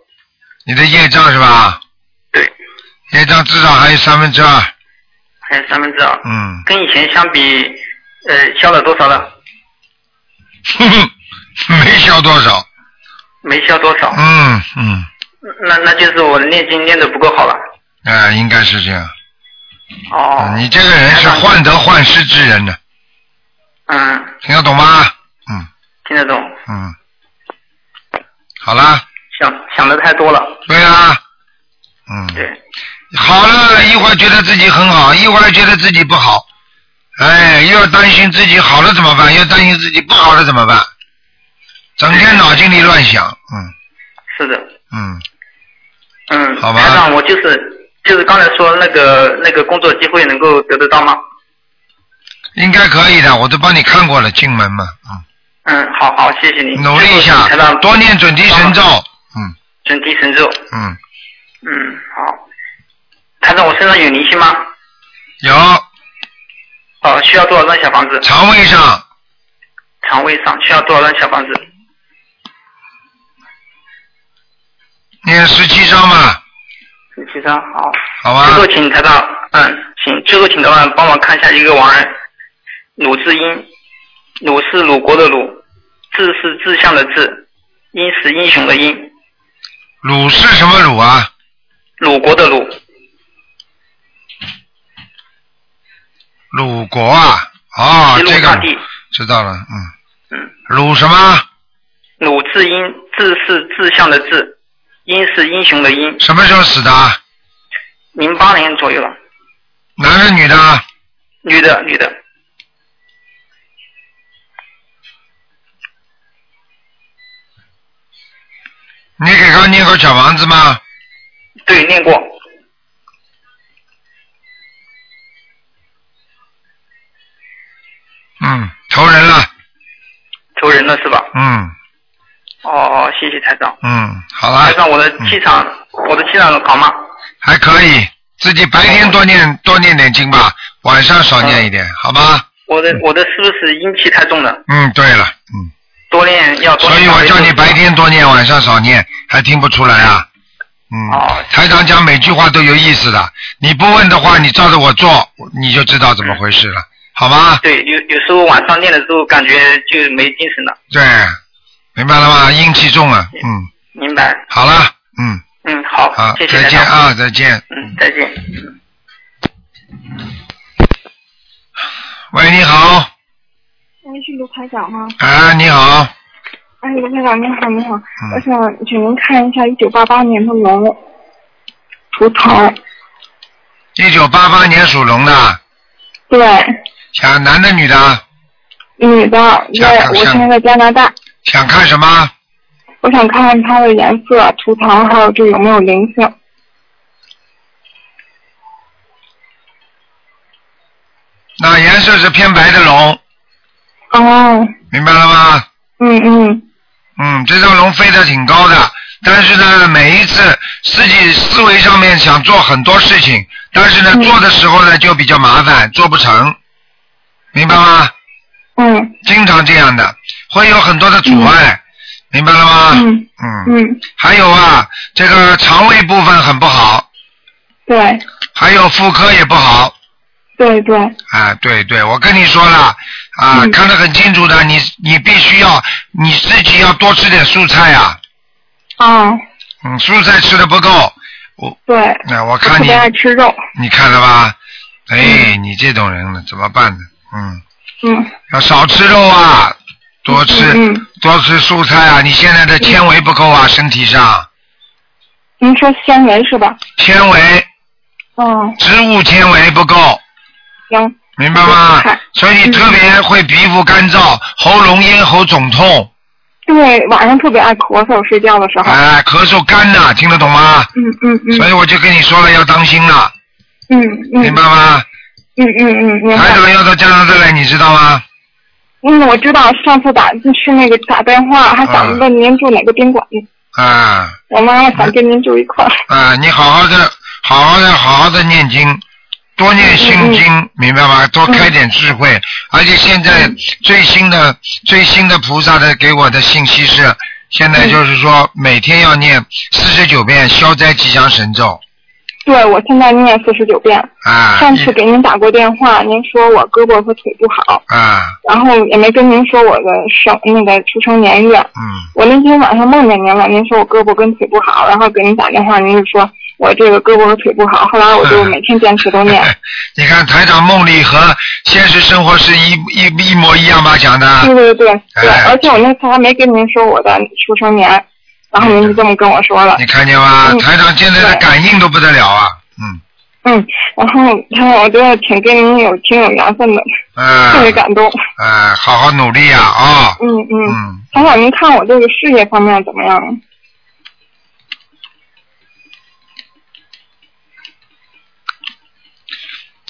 A: 你的业障是吧？
F: 对，
A: 业障至少还有三分之二。
F: 还有三分之二，
A: 嗯，
F: 跟以前相比，呃，消了多少了？
A: 哼哼，没消多少。
F: 没消多少，
A: 嗯嗯，
F: 那那就是我念经念的不够好了。
A: 哎、应该是这样。
F: 哦，
A: 你这个人是患得患失之人呢，
F: 嗯，
A: 听得懂吗？嗯
F: 听得懂，
A: 嗯，好啦，
F: 想想的太多了，
A: 对啦，嗯，
F: 对，
A: 好了，一会儿觉得自己很好，一会儿觉得自己不好，哎，又要担心自己好了怎么办，又担心自己不好了怎么办，整天脑筋里乱想，嗯
F: 是的，
A: 嗯，
F: 嗯，
A: 好吧
F: 台长，我就是就是刚才说那个那个工作机会能够得得到吗？
A: 应该可以的，我都帮你看过了，进门嘛，嗯，
F: 嗯，好好，谢谢你，
A: 努力一下
F: 台长，，
A: 多念准提神咒，嗯
F: 准提神咒。
A: 嗯，
F: 嗯，好。台长，我身上有灵性吗？
A: 有
F: 哦，需要多少张小房子？
A: 肠胃上
F: 肠胃上需要多少张小房子？
A: 念十七章嘛，
F: 十七张，好。
A: 好吧
F: 最？后请台长，嗯，请最后请台长帮我看一下一个亡人，鲁智英，鲁是鲁国的鲁，智是志向的志，英是英雄的英，
A: 乳是什么乳啊？
F: 鲁国的鲁，
A: 鲁国啊，哦
F: 一，路
A: 这
F: 大
A: 个
F: 地，
A: 知道了，嗯，
F: 嗯，
A: 鲁什么
F: 鲁智英，智是志向的志，英是英雄的英，
A: 什么时候死的啊？
F: 零八年左右了，
A: 男的女的啊？
F: 女的女的，
A: 你给他念过小房子吗？
F: 对，念过，
A: 嗯，投人了，
F: 求人了是吧？
A: 嗯
F: 哦，谢谢台长。
A: 嗯，好
F: 台
A: 了，嗯
F: 长，我的气场，我的气场好吗？
A: 还可以，自己白天多念多念点经吧，晚上少念一点，好吗？
F: 我的我的是不是阴气太重了？
A: 嗯，对了，嗯，
F: 多练要多
A: 所
F: 练。
A: 以我叫你白
F: 练。
A: 天多念，晚上少念，还听不出来啊？嗯
F: 哦，
A: 台长讲每句话都有意思的，你不问的话，你照着我做，你就知道怎么回事了，
F: 嗯
A: 好吗？
F: 对，有有时候晚上练的时候感觉就没精神了。
A: 对，明白了吗？阴气重啊，嗯，
F: 明白。
A: 好了，嗯，
F: 嗯，好，
A: 好，
F: 谢谢
A: 再
F: 台
A: 见
F: 长。
A: 啊，再见。
F: 嗯，再见。
A: 喂，你好，
G: 哎，是卢台长吗？
A: 啊，你好，
G: 哎，卢台长，您好，您好，我
A: 嗯，
G: 想请您看一下一九八八年的龙，图腾，
A: 一九八八年属龙的，
G: 对，
A: 想男的啊女的，
G: 女的，
A: 想
G: 在
A: 看
G: 我
A: 像
G: 现在在加拿大，
A: 想看什么？
G: 我想看看它的颜色、图腾，还有这有没有灵性。
A: 那颜色是偏白的龙，
G: 哦，
A: 明白了吗？
G: 嗯嗯，
A: 啊嗯，这条龙飞得挺高的，但是呢，每一次自己思维上面想做很多事情，但是呢，
G: 嗯
A: 做的时候呢就比较麻烦，做不成，明白吗？
G: 嗯
A: 经常这样的，会有很多的阻碍，明白了吗？
G: 嗯
A: 嗯
G: 嗯，
A: 还有啊，这个肠胃部分很不好，
G: 对，
A: 还有妇科也不好，
G: 对对，
A: 啊，对对，我跟你说了，啊，
G: 嗯
A: 看得很清楚的，你你必须要你自己要多吃点蔬菜啊，
G: 啊，
A: 嗯，蔬菜吃的不够，
G: 对，
A: 那、我
G: 我
A: 看
G: 特
A: 你
G: 别爱吃嗯肉，
A: 你看了吧？哎，你这种人了怎么办呢？嗯，
G: 嗯，
A: 要少吃肉啊，多吃、
G: 嗯嗯
A: 多吃蔬菜啊，你现在的纤维不够啊，身体上
G: 您说纤维是吧？
A: 纤维
G: 嗯，
A: 植物纤维不够，
G: 行，
A: 明白吗
G: 嗯？
A: 所以你特别会皮肤干燥、喉咙咽喉肿痛，
G: 对，晚上特别爱咳嗽，睡觉的时候，
A: 哎，咳嗽干呐，听得懂吗？
G: 嗯嗯嗯
A: 所以我就跟你说了，要当心了，
G: 嗯
A: 明
G: 嗯
A: 白吗？
G: 嗯嗯嗯，明
A: 台
G: 白。
A: 长要到加拿大来，你知道吗？
G: 嗯，我知道，上次打去那个打电话，还想问您住哪个宾馆，
A: 啊
G: 我妈妈想跟您住一块儿。
A: 啊，你好好的，好好的，好好的念经，多念心经，
G: 嗯
A: 明白吗？多开点智慧。而且现在最新的、最新的菩萨的给我的信息是，现
G: 嗯
A: 在就是说每天要念四十九遍消灾吉祥神咒
G: 对，我现在念四十九遍。
A: 啊。
G: 上次
A: 一
G: 给您打过电话，您说我胳膊和腿不好，
A: 啊，
G: 然后也没跟您说我的生那个出生年月。
A: 嗯
G: 我那天晚上梦见您了，您说我胳膊跟腿不好，然后给您打电话，您就说我这个胳膊和腿不好。后来我就
A: 嗯
G: 每天坚持都念。
A: 你看台长梦里和现实生活是一一一模一样吧？讲的。
G: 对对对对
A: 嗯 哎，
G: 而且我那次还没跟您说我的出生年，然后您就这么跟我说了
A: 你。看见吗？
G: 嗯
A: 台长现在的
G: 对
A: 感应都不得了啊，嗯，
G: 嗯，然后他我觉得挺跟您有挺有缘分的，特别
A: 嗯，
G: 感动。
A: 呃，好好努力呀，啊，
G: 嗯嗯，
A: 嗯，
G: 还想您看我这个事业方面怎么样？啊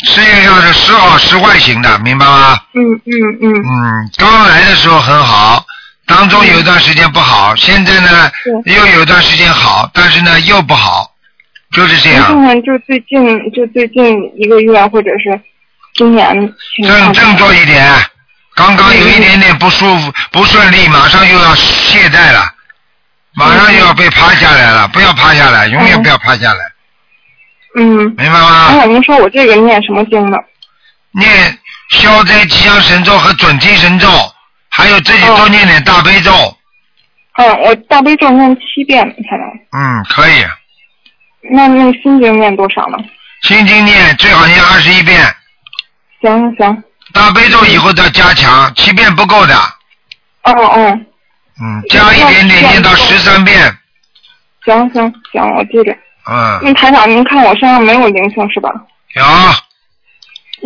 A: 事业上是时好时坏型的，明白吗？
G: 嗯嗯嗯
A: 嗯，刚来的时候很好，当中有一段时间不好，现在呢
G: 嗯
A: 又有一段时间好，但是呢又不好，就是这
G: 您看
A: 样。
G: 看，就最近就最近一个月或者是今年情况
A: 振
G: 怎么
A: 振
G: 样
A: 作一点，刚刚有一点点不舒服、不顺利，马上又要懈怠了，马上又要被趴下来了，不要趴下来，永远不要趴下来，
G: 嗯，
A: 明白吗？
G: 还想您说我这个念什么经呢？
A: 念消灾吉祥神咒和准提神咒，还有自己多念点大悲咒。
G: 嗯，我大悲咒念七遍，看来。
A: 嗯，可以。
G: 那那心经念多少呢？
A: 心经念最好念二十一遍，
G: 行行，
A: 大悲咒以后再加强，七遍不够的，
G: 哦哦，
A: 嗯，加一点点念到十三遍。
G: 行行行，我记着。
A: 嗯，
G: 那台长，您看我身上没有灵性是吧？
A: 有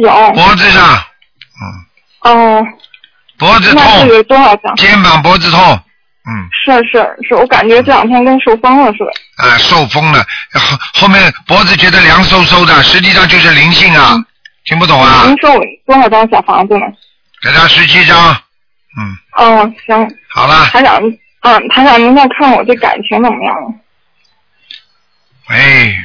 G: 有。
A: 脖子上，嗯，
G: 哦，
A: 脖子
G: 那
A: 痛
G: 这，个多少张？
A: 肩膀脖子痛，嗯，
G: 是是是，我感觉这两天跟受风了似的。
A: 啊，受风了，后后面脖子觉得凉飕飕的，实际上就是灵性啊，听不懂啊
G: 您？说我多少张小房子呢？
A: 给他十七张，嗯，
G: 哦，行，
A: 好了。
G: 台长，嗯，台长，您再看我这感情怎么样了？
A: 哎，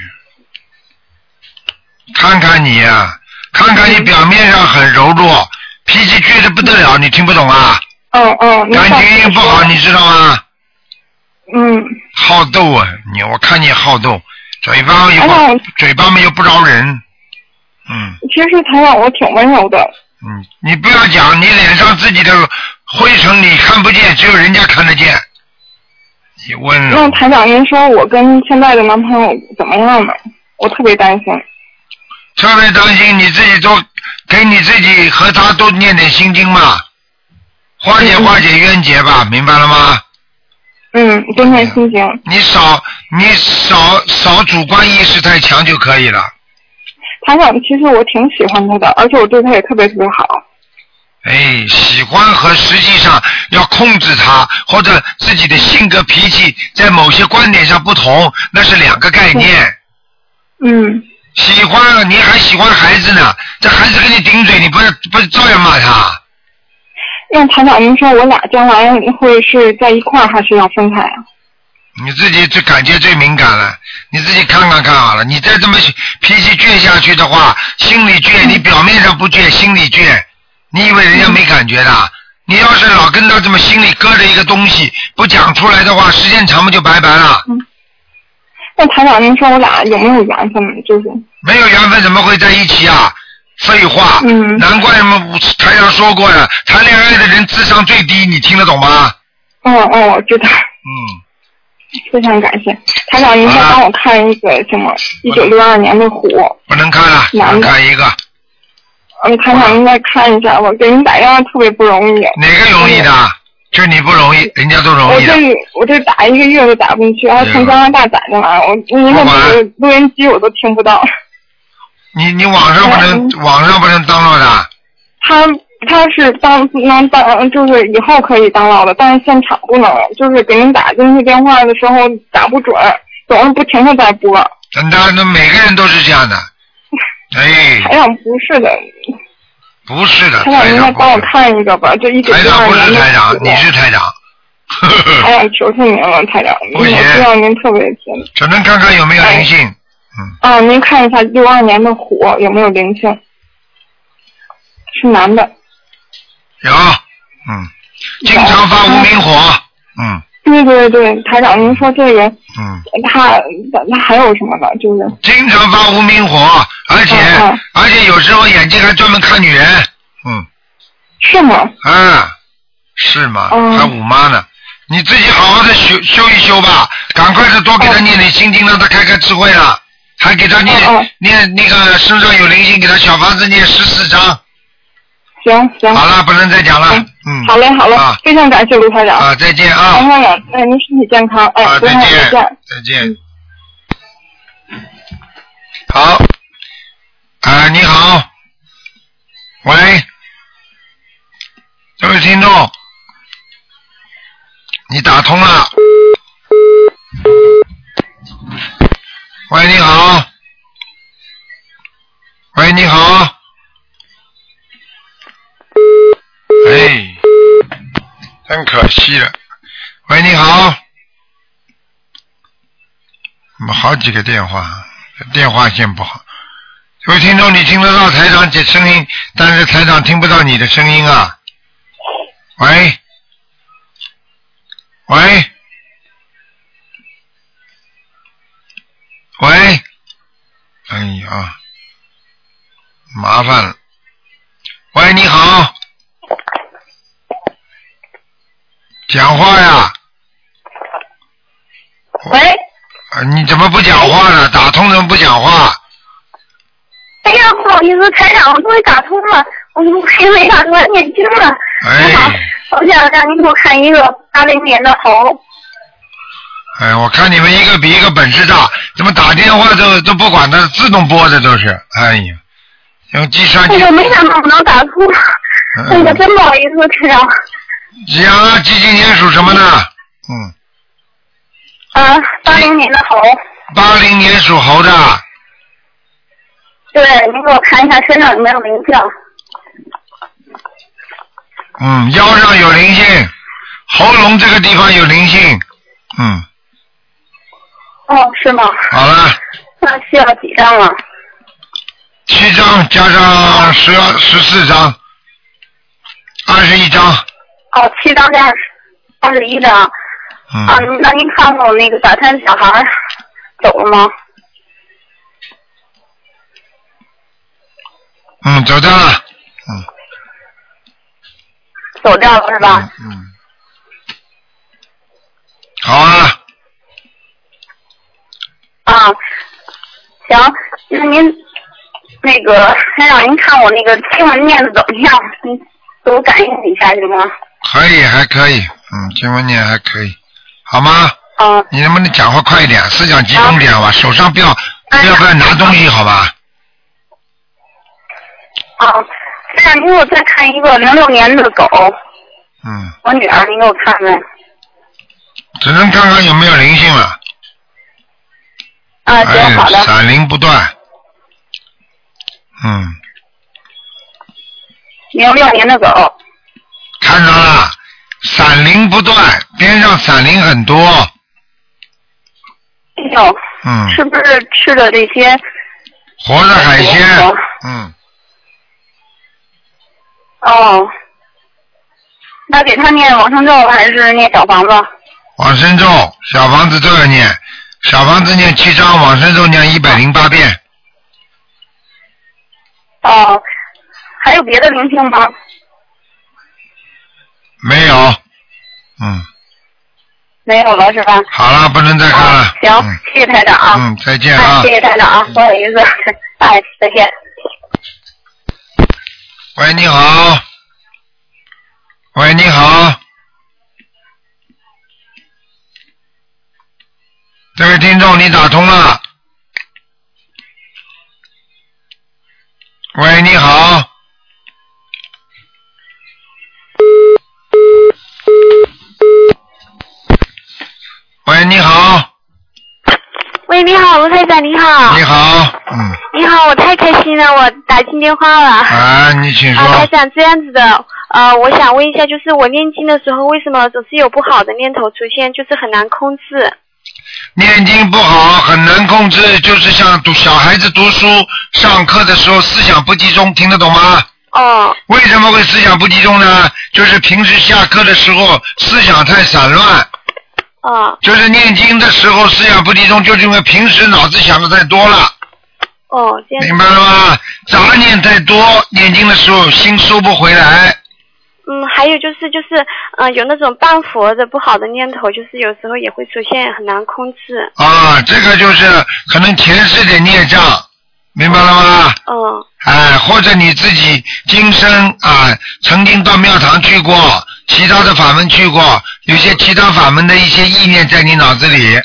A: 看看你呀、看看你表面上很柔弱，脾气倔得不得了，你听不懂啊？
G: 嗯
F: 哦
G: 嗯，您
A: 感
G: 上
A: 情
G: 次
A: 运不
G: 说
A: 好，
G: 了
A: 你知道吗？
G: 嗯，
A: 好斗啊，你我看你好斗，嘴巴又不、
G: 哎呀
A: 嘴巴嘛又不饶人，嗯
G: 其实台长我挺温柔的。
A: 嗯，你不要讲，你脸上自己的灰尘你看不见，只有人家看得见。你
H: 嗯
A: 温
G: 那
A: 柔，
G: 台长，您说我跟现在的男朋友怎么样呢？我特别担心。
A: 特别担心你自己多给你自己和他多念点心经嘛，化解化解冤结吧，明白了吗？
G: 嗯，多念心经。
A: 你少你少少主观意识太强就可以了。
G: 台长，其实我挺喜欢他的，而且我对他也特别特别好。
A: 哎，喜欢和实际上要控制他，或者自己的性格脾气在某些观点上不同，那是两个概念。
G: 嗯，
A: 喜欢你还喜欢孩子呢，这孩子跟你顶嘴，你不不照样骂他？
G: 那台长，您说我俩将来会是在一块儿，还是要分开啊？
A: 你自己最感觉最敏感了，你自己看看看好了。你再这么脾气倔下去的话，心里
G: 嗯
A: 倔，你表面上不倔，心里倔。你以为人家没感觉的？你要是老跟他这么心里搁着一个东西不讲出来的话，时间长不就白白了？
G: 那台长，您说我俩有没有缘分？就是
A: 没有缘分怎么会在一起啊？
H: 废话，
G: 嗯
H: 难怪嘛，台上说过呀，谈恋爱的人智商最低，你听得懂吗？
G: 哦哦，我知道，
H: 嗯，
G: 非常感谢台长，您再帮我看一个什
H: 嗯
G: 么？一九六二年的虎，
H: 不能看了，只能
G: 男的
H: 看一个，
G: 嗯，台长您再看一下，我给您打电话特别不容易，
H: 哪个容易的？就你不容易，人家都容
G: 嗯我
H: 易的。
G: 这我这打一个月都打不进去，还从加拿大打进来，我您的那个录音机我都听不到。
H: 你你网上不能网上不能当了的，
G: 他他是当能当，就是以后可以当唠的，但是现场不能，就是给您打进去电话的时候打不准，总是不停的在播。
H: 等到那每个人都是这样 的。哎，
G: 台长不是的，
H: 不是的，
G: 台长
H: 台
G: 您再
H: 长不
G: 帮我
H: 是，
G: 看一个吧，这一九
H: 台
G: 六
H: 长
G: 二
H: 不是
G: 年的哎
H: 台长，
G: 虎
H: 你是台长，
G: 台长求求您了，台长，嗯
H: 不
G: 我
H: 行
G: 希望您特别听。
H: 只能看看有没有灵性。
G: 啊，您看一下六二年的虎有没有灵性？是男的。哎
H: 有，嗯，经常发无名火，嗯
G: 对对对，台长，您说这个
H: 嗯，
G: 他他还有什么呢？就是
H: 经常发无名火，而且
G: 嗯嗯
H: 而且有时候眼睛还专门看女人，嗯
G: 是吗？
H: 啊，是吗？
G: 嗯
H: 还五妈呢？你自己好好的修修一修吧，赶快的多给他念念心经，让他开开智慧了，还给他念
G: 嗯嗯
H: 念那个身上有灵性，给他小房子念十四章。
G: 行行，
H: 好了，不能再讲了，嗯，
G: 好嘞好嘞
H: 啊，
G: 非常感谢卢台长，
H: 啊，再见啊。
G: 台长，哎，您身体健康，哎，
H: 啊，
G: 多
H: 再
G: 长
H: 见，
G: 时间？
H: 再见。好，啊，你好，喂，这位听众，你打通了。喂，你好。喂，你好。哎，真可惜了。喂，你好。我们嗯好几个电话，电话线不好。各位听众，你听得到台长姐声音，但是台长听不到你的声音啊。喂，喂，喂，哎呀，麻烦了。喂，你好，讲话呀。
F: 喂，
H: 啊，你怎么不讲话呢？打通怎么不讲话？
F: 哎呀，不好意思，台长，我终于打通了，我们陪伟大哥念经了。
H: 哎
F: 好，我想让您给我看一个八零年的猴。
H: 哎，我看你们一个比一个本事大，怎么打电话都都不管它，自动拨的都是。哎呀，用计算
F: 这
H: 机
F: 个哎没想到我能打通，
H: 嗯
F: 那个真不好意思，台长。
H: 讲啊，几几年属什么的？嗯，
F: 呃，八零年的猴，
H: 八零年属猴的，
F: 对，您给我看一下身上有没有灵性？
H: 嗯，腰上有灵性，喉咙这个地方有灵性。嗯，
F: 哦，是吗？
H: 好了，
F: 那需要几张啊？
H: 七张加上十二十四张，二十一张。
F: 哦，七张加二十一张。
H: 嗯，
F: 啊，那您看看我那个打胎的小孩儿走了吗？
H: 嗯，走掉了。嗯。
F: 走掉了是吧？
H: 嗯。嗯好啊，
F: 啊，行，那您那个先让您看我那个经文念的怎么样，嗯您给我感应一下行吗？
H: 可以，还可以，嗯，经文念还可以，好吗？
F: 嗯、
H: 你能不能讲话快一点，思想集中点好吧？手上不要
F: 哎
H: 不要不要拿东西，好吧？
F: 啊，先让您给我再看一个零六年的狗，
H: 嗯，
F: 我女儿，您给我看看。
H: 只能看看有没有灵性了。
F: 啊，
H: 哎
F: 行，好的，，
H: 闪灵不断。嗯，
F: 零六年的狗。
H: 看到了，闪灵不断，边上闪灵很多。
F: 哎呦，
H: 嗯，
F: 是不是吃的这些？
H: 活的海
F: 哎
H: 鲜。嗯，
F: 哦，那给他念往生咒还是念小房子？
H: 往生咒、小房子都要念，小房子念七章，往生咒念一百零八遍。哦，还有别的灵性吗？
A: 没有，嗯，
H: 没有了是吧？
A: 好了，不能再看了，
H: 行，谢谢台长啊。
A: 嗯，哦再见
H: 哎
A: 啊，
H: 谢谢台长啊，不好意 思，哎，再见。
A: 喂，你好。喂，你好。这位听众，你打通了。喂，你好。喂，你好，
I: 喂，你好，卢台长，你好。
A: 你好，嗯，
I: 你好，我太开心了，我打进电话了。
A: 啊，你请
I: 啊，台
A: 说。
I: 长，这样子的，呃，我想问一下，就是我念经的时候，为什么总是有不好的念头出现，就是很难控制？
A: 念经不好，很难控制，就是像读小孩子读书、上课的时候思想不集中，听得懂吗？
I: 哦，
A: 为什么会思想不集中呢？就是平时下课的时候思想太散乱，
I: 哦，
A: 就是念经的时候思想不集中，就是因为平时脑子想的太多了，
I: 哦，这样子。
A: 明白了吗？杂念太多，念经的时候心收不回来。
I: 嗯，还有就是就是，呃，有那种半佛的不好的念头，就是有时候也会出现，很难控制。
A: 啊，这个就是可能前世的孽障，明白了吗？
I: 嗯，
A: 哎，或者你自己今生啊，曾经到庙堂去过，其他的法门去过，有些其他法门的一些意念在你脑子里，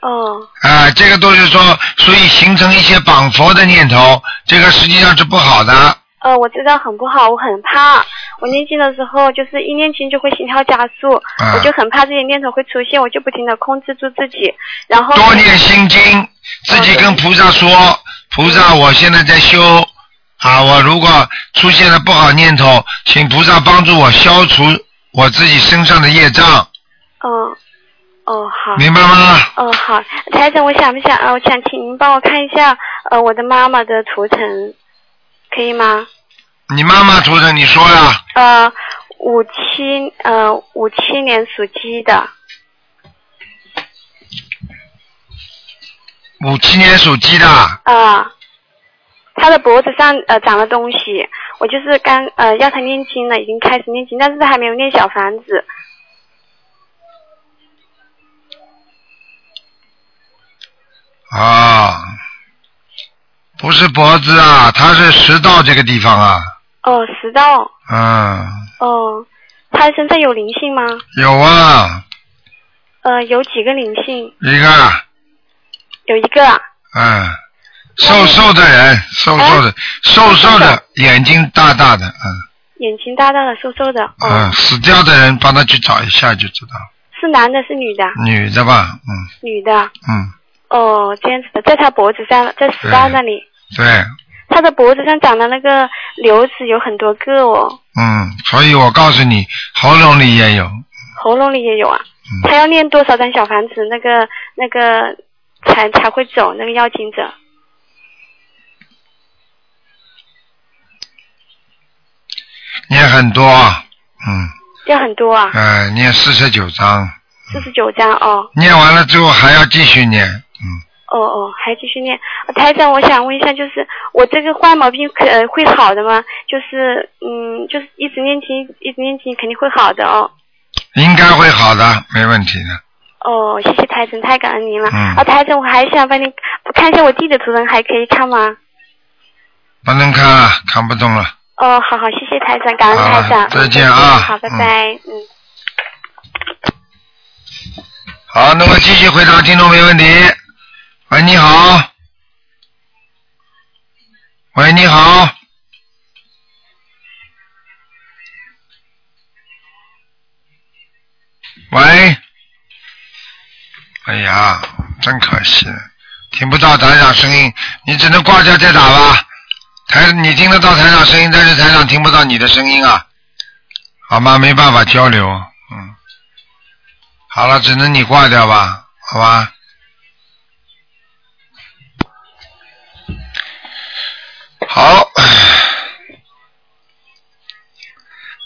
I: 哦，
A: 啊，这个都是说，所以形成一些绑佛的念头，这个实际上是不好的。
I: 呃，我知道很不好，我很怕。我念经的时候，就是一念经就会心跳加速，
A: 啊
I: 我就很怕这些念头会出现，我就不停的控制住自己，然后
A: 多念心经，自己跟菩萨说，菩萨，我现在在修，啊，我如果出现了不好念头，请菩萨帮助我消除我自己身上的业障，
I: 嗯，哦好，
A: 明白吗？
I: 哦好，台长，我想不想呃，我想请您帮我看一下呃我的妈妈的图腾，可以吗？
A: 你妈妈图腾，你说呀、
I: 呃，五七呃五七年属鸡的，
A: 五七年属鸡的啊，
I: 啊，他的脖子上呃长了东西，我就是刚呃要他念经了，已经开始念经，但是他还没有念小房子。
A: 啊，不是脖子啊，它是食道这个地方啊，
I: 哦，食道，
A: 嗯，
I: 哦，他身上有灵性吗？
A: 有啊，
I: 呃，有几个灵性？
A: 一个，
I: 有一个啊。
A: 嗯，瘦瘦的人，瘦瘦的，瘦瘦的，眼睛大大的，嗯
I: 眼睛大大的、瘦瘦的，哦，
A: 嗯，死掉的人帮他去找一下就知道，
I: 是男的，是女的？
A: 女的吧，嗯
I: 女的。
A: 嗯，
I: 哦，这样子的，在他脖子上，在食道那里，
A: 对，
I: 他的脖子上长的那个瘤子有很多个哦，
A: 嗯，所以我告诉你，喉咙里也有，
I: 喉咙里也有啊。
A: 嗯
I: 他要念多少张小房子，那个那个才才会走那个要经者？
A: 念很多，嗯，
I: 要很多啊，
A: 呃，念四十九章。
I: 四十九张哦，
A: 念完了之后还要继续念，嗯，
I: 哦哦，还继续念。呃台长，我想问一下，就是我这个坏毛病可、呃、会好的吗？就是嗯，就是一直念经，一直念经肯定会好的哦。
A: 应该会好的，没问题的。
I: 哦，谢谢台长，太感恩您了。
A: 嗯
I: 啊，台长，我还想帮您看一下我弟的图腾，还可以看吗？
A: 不能看了，看不动了。
I: 哦，好好，谢谢台长，感恩
A: 好
I: 台长。
A: 再见啊
I: 好，拜
A: 嗯
I: 拜。嗯。
A: 好，那么继续回答听众没问题。喂，你好。喂，你好。喂。哎呀，真可惜，听不到台长声音，你只能挂掉再打吧。台，你听得到台长声音，但是台长听不到你的声音啊。好吗？没办法交流，嗯。好了，只能你挂掉吧，好吧。好，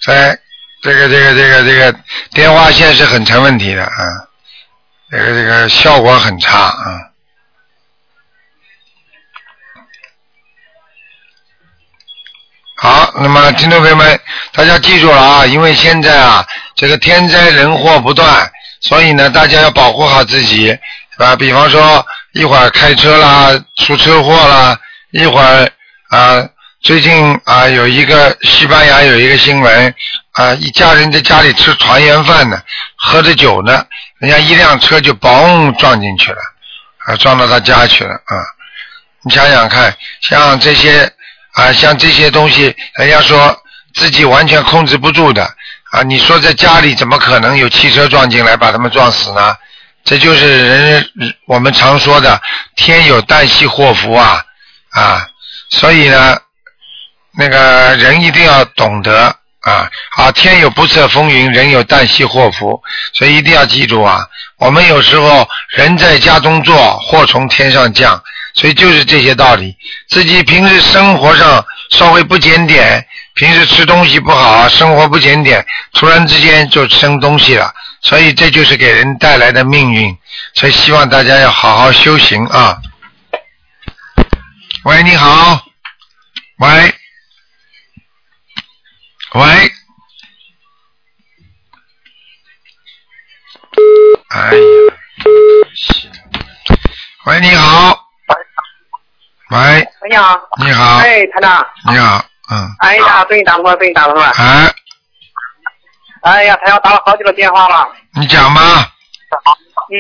A: 在这个这个这个这个电话线是很成问题的啊，这个这个效果很嗯差啊。好，那么听众朋友们，大家记住了啊，因为现在啊，这个天灾人祸不断，所以呢，大家要保护好自己啊。比方说，一会儿开车啦，出车祸啦，一会儿啊，最近啊有一个西班牙有一个新闻啊，一家人在家里吃团圆饭呢，喝着酒呢，人家一辆车就嘣撞进去了，啊，撞到他家去了啊。你想想看，像这些啊，像这些东西，人家说自己完全控制不住的啊，你说在家里怎么可能有汽车撞进来把他们撞死呢？这就是人我们常说的“天有旦夕祸福”啊啊，所以呢，那个人一定要懂得啊啊，天有不测风云，人有旦夕祸福，所以一定要记住啊。我们有时候人在家中坐，祸从天上降，所以就是这些道理。自己平时生活上稍微不检点，平时吃东西不好，啊生活不检点，突然之间就生东西了，所以这就是给人带来的命运。所以希望大家要好好修行啊。喂，你好，喂，喂。哎呀，喂，你好。喂，
F: 哎呀，
A: 你好
F: 哎，台长，
A: 你好，嗯，
F: 哎呀，终于打通了，终于打通了，
A: 哎，
F: 哎呀，台长打了好久的电话了，
A: 你讲吧，
F: 嗯，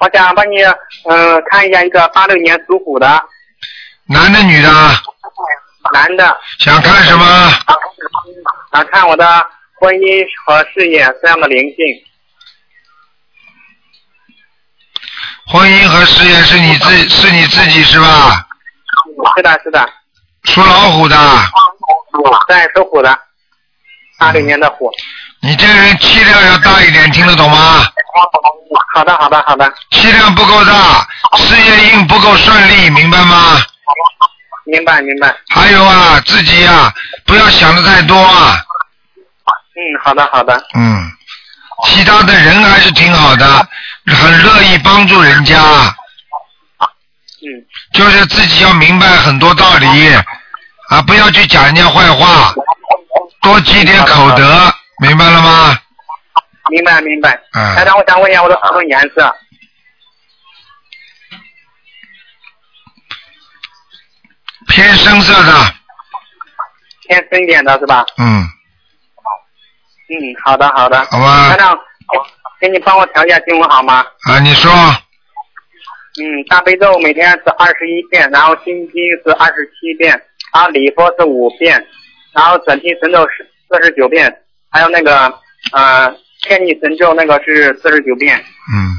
F: 我想帮你，嗯、看一下一个八六年属虎的
A: 男的女的，啊
F: 男的，
A: 想看什么？
F: 想看我的婚姻和事业身上的灵性，
A: 婚姻和事业是你自是你自己是吧？
F: 是的，是的，
A: 属老虎的，
F: 对，属虎的，八六年的虎，
A: 嗯你这个人气量要大一点，听得懂吗？
F: 好的，好的，好的，
A: 气量不够大，事业运不够顺利，明白吗？
F: 明白，明白，
A: 还有啊，自己啊，不要想的太多啊，
F: 嗯，好的，好的，
A: 嗯，其他的人还是挺好的，很乐意帮助人家。
F: 嗯，
A: 就是自己要明白很多道理啊，不要去讲人家坏话，多积点口德，明白了吗？
F: 明白，明白，
A: 嗯
F: 台长，我想问一下我的耳朵颜色，
A: 偏深色的，
F: 偏深一点的是吧？
A: 嗯，
F: 嗯，好的，好的，
A: 好吧
F: 台长，给你帮我调一下经文好吗？
A: 啊，你说
F: 嗯，大悲咒每天是二十一遍，然后心经是二十七遍，然后礼佛是五遍，然后准提神咒是四十九遍，还有那个呃天女神咒那个是四十九遍，
A: 嗯，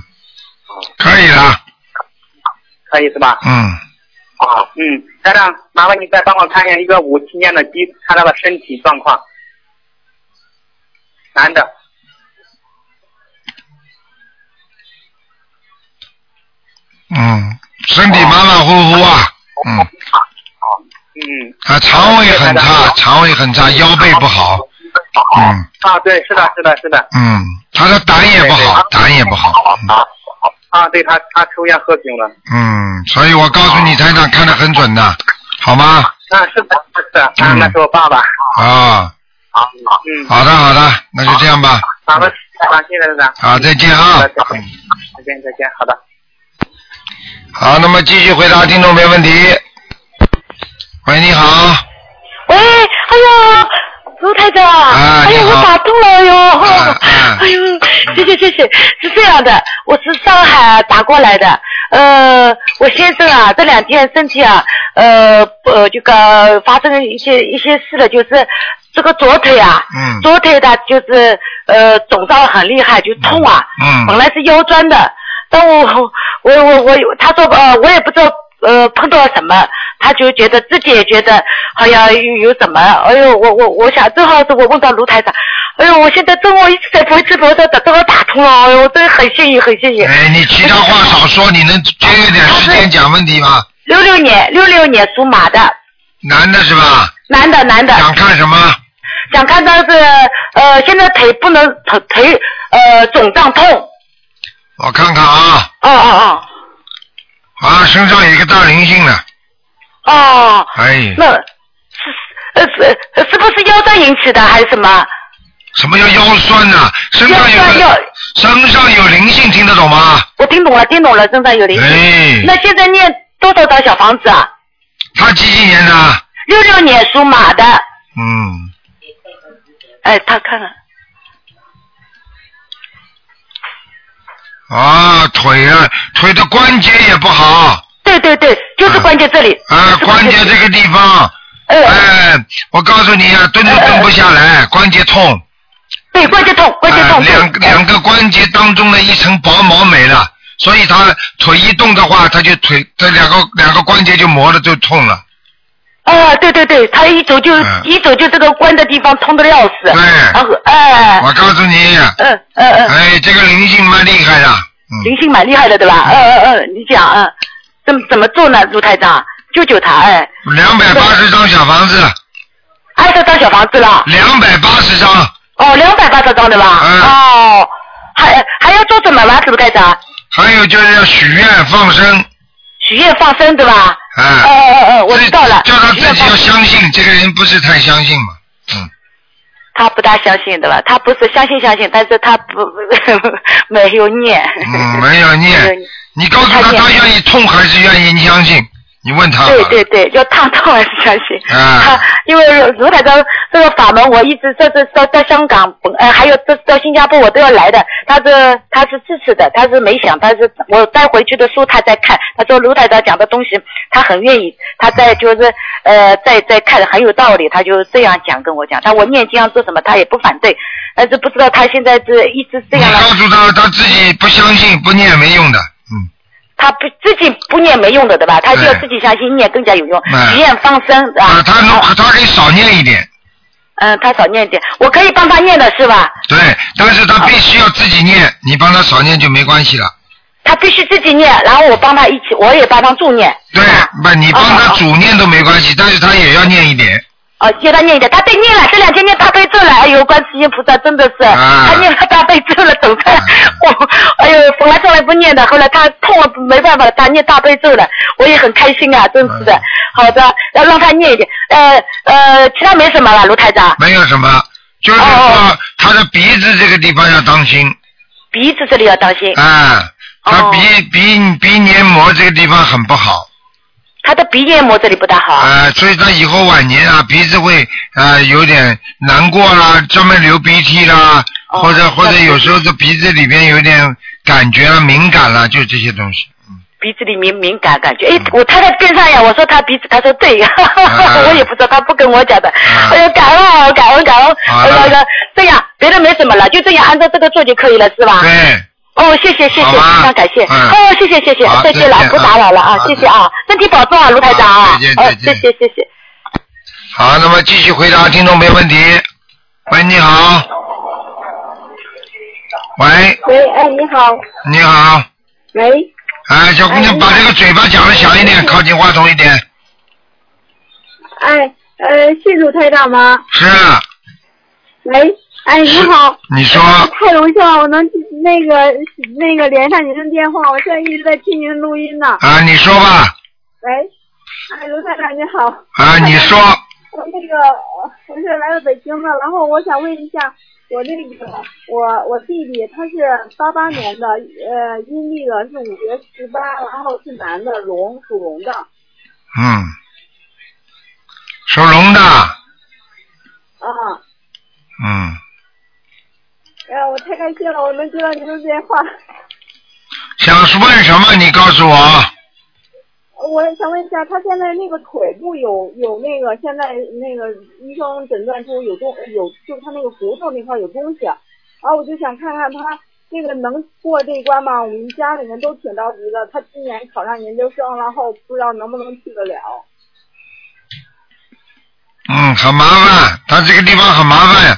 A: 可以了，
F: 可以是吧？
A: 嗯，
F: 嗯，台长，麻烦你再帮我看一下一个五七年的鸡，看他的身体状况。男的，
A: 嗯，身体马马虎虎啊，嗯，
F: 嗯，
A: 啊，肠胃很差，肠胃很差，腰背不好，嗯
F: 啊，对，是的，是的，是的，
A: 嗯，他的胆也不好，胆也不好，
F: 啊，对他，他抽烟喝酒了，
A: 嗯，所以我告诉你，台长看得很准的，好吗？
F: 啊，是的，是的，啊，那是我爸爸，
A: 啊，
F: 嗯，
A: 嗯好的好的，那就这样吧，
F: 好的，啊，谢谢台长，
A: 好，再见啊。
F: 再见，再见，再见，好的。
A: 好，那么继续回答听众没问题。喂，你好，
J: 喂，哎呀，卢台长，
A: 啊
J: 哎呀，我打通了哎呦， 哎呦，谢谢谢谢，是这样的，我是上海打过来的，呃，我先生啊，这两天身体啊，呃呃，这个发生了一些一些事了，就是这个左腿啊，
A: 嗯
J: 左腿的就是呃肿胀很厉害，就痛啊，
A: 嗯
J: 本来是腰酸的，但我我我我他说呃我也不知道呃碰到了什么，他就觉得自己也觉得好像有有什么，哎呦我我我想正好是我问到卢台长，哎呦我现在正好一直在佛直播上打正好打通了，哎呦我真的很幸运很幸运。
A: 哎，你其他话少说，你能节约点时间讲问题吗？
J: 六六年六六年属马的
A: 男的是吧？
J: 男的男的，
A: 想看什么？
J: 想看他是呃现在腿不能腿腿呃肿胀痛，
A: 我看看啊，
J: 哦哦
A: 啊，身上有一个大灵性的，
J: 哦哦，
A: 哎，
J: 那是呃是是不是腰酸引起的还是什么？
A: 什么叫腰酸啊呐、身上有
J: 腰
A: 个身上有灵性，听得懂吗？
J: 我听懂了，听懂了，身上有灵性。
A: 哎
J: 那现在念多少张小房子啊？
A: 他几几年的？
J: 六六年属马的，
A: 啊嗯，
J: 哎，他看看，
A: 啊，腿啊，腿的关节也不好。
J: 对对对，就是关节这里。
A: 啊，关节这个地方。
J: 嗯
A: 哎，我告诉你啊，蹲都蹲不下来，关节痛。
J: 对，关节痛，
A: 关节痛。两两个关节当中的一层薄膜没了，所以他腿一动的话，他就腿这两个两个关节就磨了就痛了。
J: 啊，对对对，他一走就、
A: 嗯
J: 一走就这个关的地方痛的要死。对。然后哎。
A: 我告诉你，
J: 嗯嗯 嗯，
A: 哎，这个灵性蛮厉害的，
J: 灵性蛮厉害的对吧？嗯嗯嗯，你讲嗯，怎么怎么做呢，卢台长？救救他哎！
A: 两百八十张小房子，
J: 二十张小房子了。
A: 两百八十张。
J: 哦，两百八十张对吧？
A: 嗯
J: 哦，还还要做什么吧，卢台长？
A: 还有就是要许愿放生，
J: 许愿放生对吧？
A: 哎。
J: 哦哦哦，我知道了。
A: 叫他自己要相信，这个人不是太相信嘛。
J: 他不大相信对吧？他不是相信相信，但是他不 没有念。
A: 嗯，没有念。你告诉他，他愿意痛还是愿意相信？你问他吧。
J: 对对对，要烫痛还是相信。
A: 啊
J: 他因为卢台长这个法门，我一直这这到在香港，呃，还有这到新加坡我都要来的。他是他是支持的，他是没想，但是我带回去的书他在看，他说卢台长讲的东西他很愿意，他在就是呃在在看很有道理，他就这样讲跟我讲。但我念经要做什么，他也不反对，但是不知道他现在是一直这样了。
A: 告诉他，他自己不相信、不念没用的。
J: 他不自己不念没用的，对吧？他就要
A: 对
J: 自己相信念更加有用，
A: 嗯
J: 许愿放生啊。
A: 他弄，他可以少念一点，
J: 嗯，他少念一点，我可以帮他念的是吧？
A: 对，但是他必须要自己念，你帮他少念就没关系了。
J: 他必须自己念，然后我帮他一起，我也帮他助念。
A: 对，不，你帮他主念都没关系，但是他也要念一点。
J: 哦，接他念一点，他被念了，这两天念大悲咒了，哎呦，观世音菩萨真的是，他念了大悲咒了，总算 我，哎呦，本来从来不念的，后来他痛了，没办法了，他念大悲咒了，我也很开心啊，真是的。好的，要让他念一点，呃呃，其他没什么了，卢台长，
A: 没有什么，就是说他的鼻子这个地方要当心
J: 鼻子这里要当心，
A: 啊，
J: 哦
A: 他鼻鼻鼻黏膜这个地方很不好
J: 他的鼻黏膜这里不大好。
A: 啊，所以他以后晚年啊，鼻子会啊有点难过啦，专门流鼻涕啦，
J: 哦
A: 或者或者有时候这鼻子里边有点感觉啊敏感啦，就这些东西。
J: 鼻子里敏敏感，感觉
A: 嗯
J: 哎，我他在边上呀，我说他鼻子，他说对， 哈
A: 嗯
J: 哈，我也不知道，他不跟我讲的，哎呦，感恩啊，感恩感恩，
A: 啊
J: 那个哎这样别的没什么了，就这样按照这个做就可以了，是吧？
A: 对。
J: 哦，谢谢谢谢，非常感谢，
A: 嗯
J: 哦，谢谢谢谢
A: 好，
J: 再见了
A: 再见，嗯
J: 不打扰了啊，谢谢啊，身体保重啊，卢台长啊，
A: 再见
J: 哦
A: 再见
J: 谢谢谢谢。
A: 好，那么继续回答听众没问题。喂，你好。喂，
K: 喂，哎，你好，
A: 你好。
K: 喂，
A: 哎，小姑娘，把这个嘴巴讲的响一点，靠近话筒一点。
K: 哎，呃，是卢台长吗？
A: 是，啊
K: 喂，哎，你好，哎
A: 你说
K: 太荣幸了，我能那个那个连上您的电话，我现在一直在听您录音呢。
A: 啊，你说吧。
K: 喂，哎，卢台长你好。
A: 啊，你说，
K: 我那个我是来到北京的，然后我想问一下，我那个我我弟弟他是八八年的，呃，阴历的是五月十八，然后是男的，龙属龙的，啊
A: 嗯，属龙的，
K: 啊。
A: 嗯，
K: 哎呀，我太开心了，我能接到您的电话。
A: 想问什么？你告诉我。
K: 我想问一下，他现在那个腿部有有那个现在那个医生诊断出有东有，就是他那个骨头那块有东西，然后我就想看看他那个能过这一关吗？我们家里人都挺着急的，他今年考上研究生，然后不知道能不能去得了。
A: 嗯，很麻烦，他这个地方很麻烦。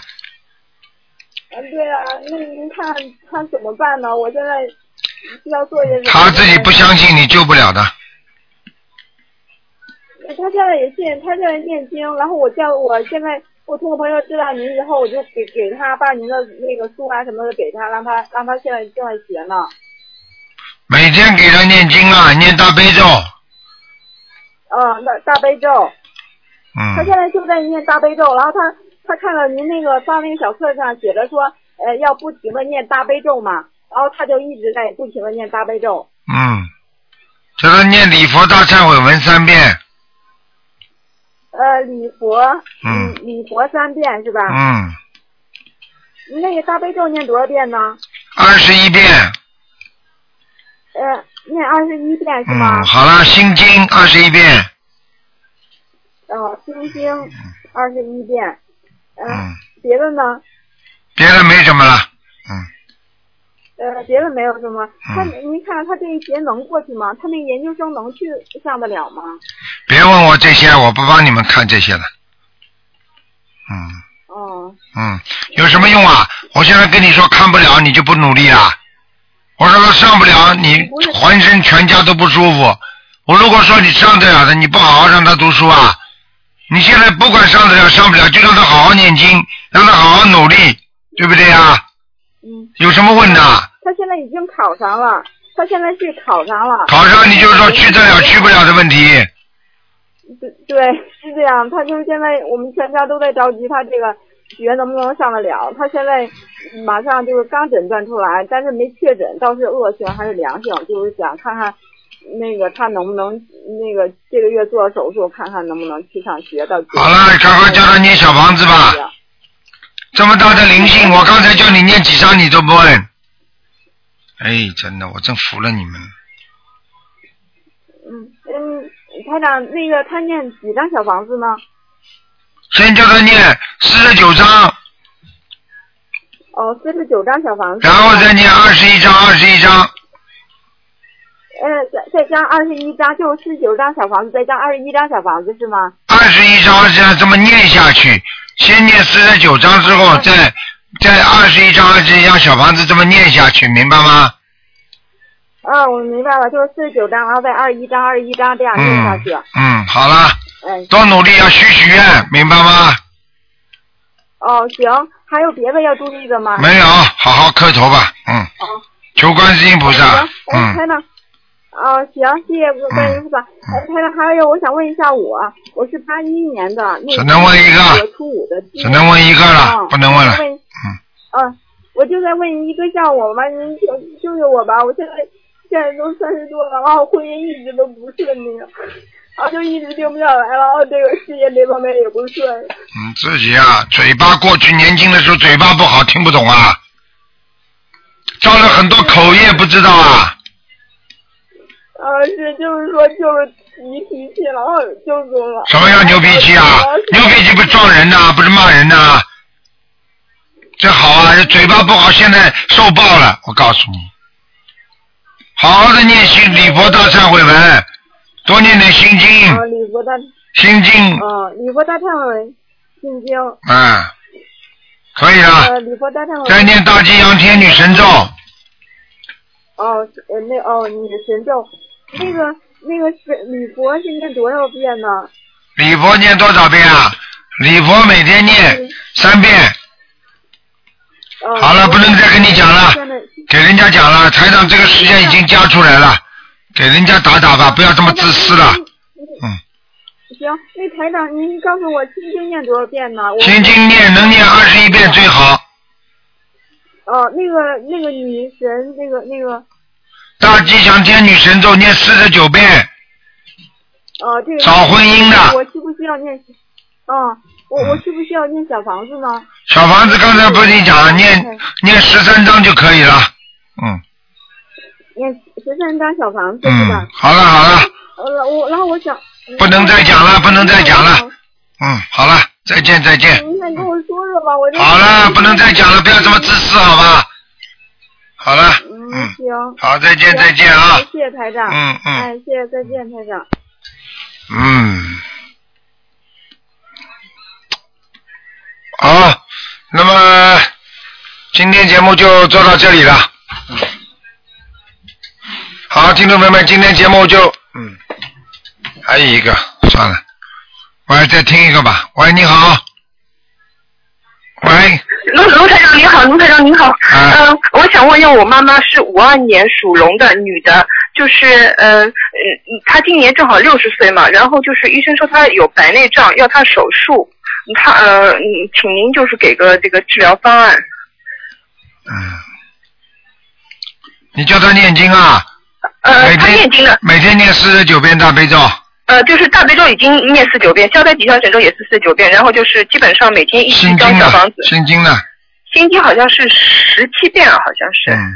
K: 嗯，对啊，那您看他怎么办呢？我现在需要做些什么？
A: 他自己不相信，你救不了的。
K: 他现在也信，他现在念经，然后我叫我现在我通过朋友知道您以后，我就给给他把您的那个书啊什么的给他，让他让他现在正在学呢。
A: 每天给他念经啊，念大悲咒，
K: 呃嗯，大大悲咒，
A: 嗯
K: 他现在就在念大悲咒，然后他他看到您那个放那个啊小册子上写着说，呃，要不停的念大悲咒嘛，然后他就一直在不停的念大悲咒。
A: 嗯，叫他念礼佛大忏悔文三遍，
K: 呃，礼佛，
A: 嗯
K: 礼佛三遍是吧？
A: 嗯，
K: 那个大悲咒念多少遍呢？
A: 二十一遍，
K: 呃，念二十一遍是吗
A: 嗯，？好了，心经二十一遍，
K: 哦，心经二十一遍，
A: 嗯，
K: 别的呢？
A: 别的没什么了，
K: 呃，别的没有什么。他
A: 嗯
K: 您看他这一节能过去吗？他那研究生能去上得了吗？
A: 别问我这些，我不帮你们看这些了。嗯
K: 哦，
A: 嗯，有什么用啊？我现在跟你说看不了，你就不努力啊？我说他上不了，你浑身全家都不舒服。我如果说你上得了的，你不好好让他读书啊？你现在不管上得了上不了，就让他好好念经，让他好好努力，对不对啊？
K: 嗯。
A: 有什么问的？
K: 他现在已经考上了，他现在是考上了。
A: 考上你就是说去得了去不了的问题。
K: 对对，是这样。他就是现在我们全家都在着急，他这个学能不能上得了？他现在马上就是刚诊断出来，但是没确诊，倒是恶性还是良性，就是想看看那个他能不能那个这个月做手术，看看能不能去上学到。
A: 好了，赶快叫他念小房子吧。这么大的灵性，我刚才叫你念几张你都不问。哎，真的，我真服了你们了。
K: 嗯嗯，台长，那个他念几张小房子呢？
A: 先叫他念四十九章，
K: 哦，四十九张小房子。
A: 然后再念二十一章，二十一章。
K: 呃，再再加二十一张，就是四十九张小房子，再加二十一张小房子是吗？
A: 二十一章这样这么念下去，先念四十九章之后，再再二十一章、二十一章小房子这么念下去，明白吗？
K: 啊，我明白了，就是四十九张，然后再二十一张，二十一张这样念下去。
A: 嗯，好了，
K: 嗯，
A: 多努力，要啊许许愿，明白吗？
K: 哦，行，还有别的要注意的吗？
A: 没有，好好磕头吧，嗯，
K: 哦
A: 求观世音菩萨
K: 行，，
A: 嗯，
K: 哎，台长，啊，行，谢谢观音菩萨。哎，台长，还有我想问一下我，我是八一年的，那
A: 只能问一个
K: 我初五的鸡，
A: 只能问一个了
K: 嗯
A: 不能问了
K: 问，嗯、我就在问一个像我吧，您救救救我吧，我现在现在都三十多了，然后婚姻一直都不顺利，然后就一直定不下来了，然后这个事业这方面也不顺。
A: 你自己啊，嘴巴过去年轻的时候嘴巴不好，听不懂啊，造了很多口业，不知道啊。
K: 呃，是就是说就是急脾气了，然后就总了。
A: 什么叫牛脾气
K: 哦
A: 啊？牛脾气不撞人呐、不是骂人呐、这好啊，这嘴巴不好，现在受报了。我告诉你，好好的念心礼佛大忏悔文，多念点心经
K: 啊，，礼佛大。
A: 心经
K: 啊，礼佛大忏悔心经。
A: 嗯，可以了。
K: 呃，礼佛大忏悔。
A: 再念大吉祥天女神咒，
K: 哦，呃，那哦，你的神咒，那个那个是礼佛是念多少遍呢？
A: 礼佛念多少遍啊？礼佛每天念三遍，
K: 哦、
A: 好了不能再跟你讲了
K: 现在
A: 给人家讲了，台长这个时间已经加出来了，给人家打打吧，不要这么自私了。嗯
K: 行，那台长，您告诉我心经念多少遍呢？我
A: 心经念能念二十一遍最好。
K: 哦，那个那个女神，那个那个，
A: 大吉祥天女神咒念四十九遍，
K: 呃，这个
A: 找婚姻的嗯
K: 我需不需要念？啊、我我需不需要念小房子呢？嗯
A: 小房子刚才不是你讲了，念念十三章就可以了。
K: 念十三张小房子是吧
A: 嗯？，好了好了，
K: 呃，我然后我想
A: 不能再讲了，不能再讲了。嗯，好了，再见再见。
K: 您再跟我说说吧，我这
A: 好了，不能再讲了，不要这么自私，好吧？好了，
K: 嗯，行，
A: 好再见
K: 行
A: 再见啊
K: 谢谢台长，
A: 嗯嗯
K: 哎，谢谢再见台长。
A: 嗯。好，那么今天节目就做到这里了。好，听众朋友们，今天节目就嗯，还有一个算了，我再听一个吧。喂，你好。喂，
E: 卢卢台长您
A: 啊
E: 好，卢台长您好，嗯、我想问一下，我妈妈是五二年属龙的女的，就
L: 就是呃呃，他今年正好六十岁嘛，然后就是医生说他有白内障，要他手术，他呃，嗯请您就是给个这个治疗方案。
A: 你叫他念经啊，
L: 呃，
A: 每
L: 他念
A: 天
L: 经的，
A: 每天念四十九遍大悲咒，
L: 呃，就是大悲咒已经念四九遍，消灾吉祥神咒也是四九遍，然后就是基本上每天一一
A: 心
L: 张
A: 经
L: 小房
A: 呢
L: 子，，
A: 心经呢，
L: 心经好像是十七遍，啊好像是
A: 嗯，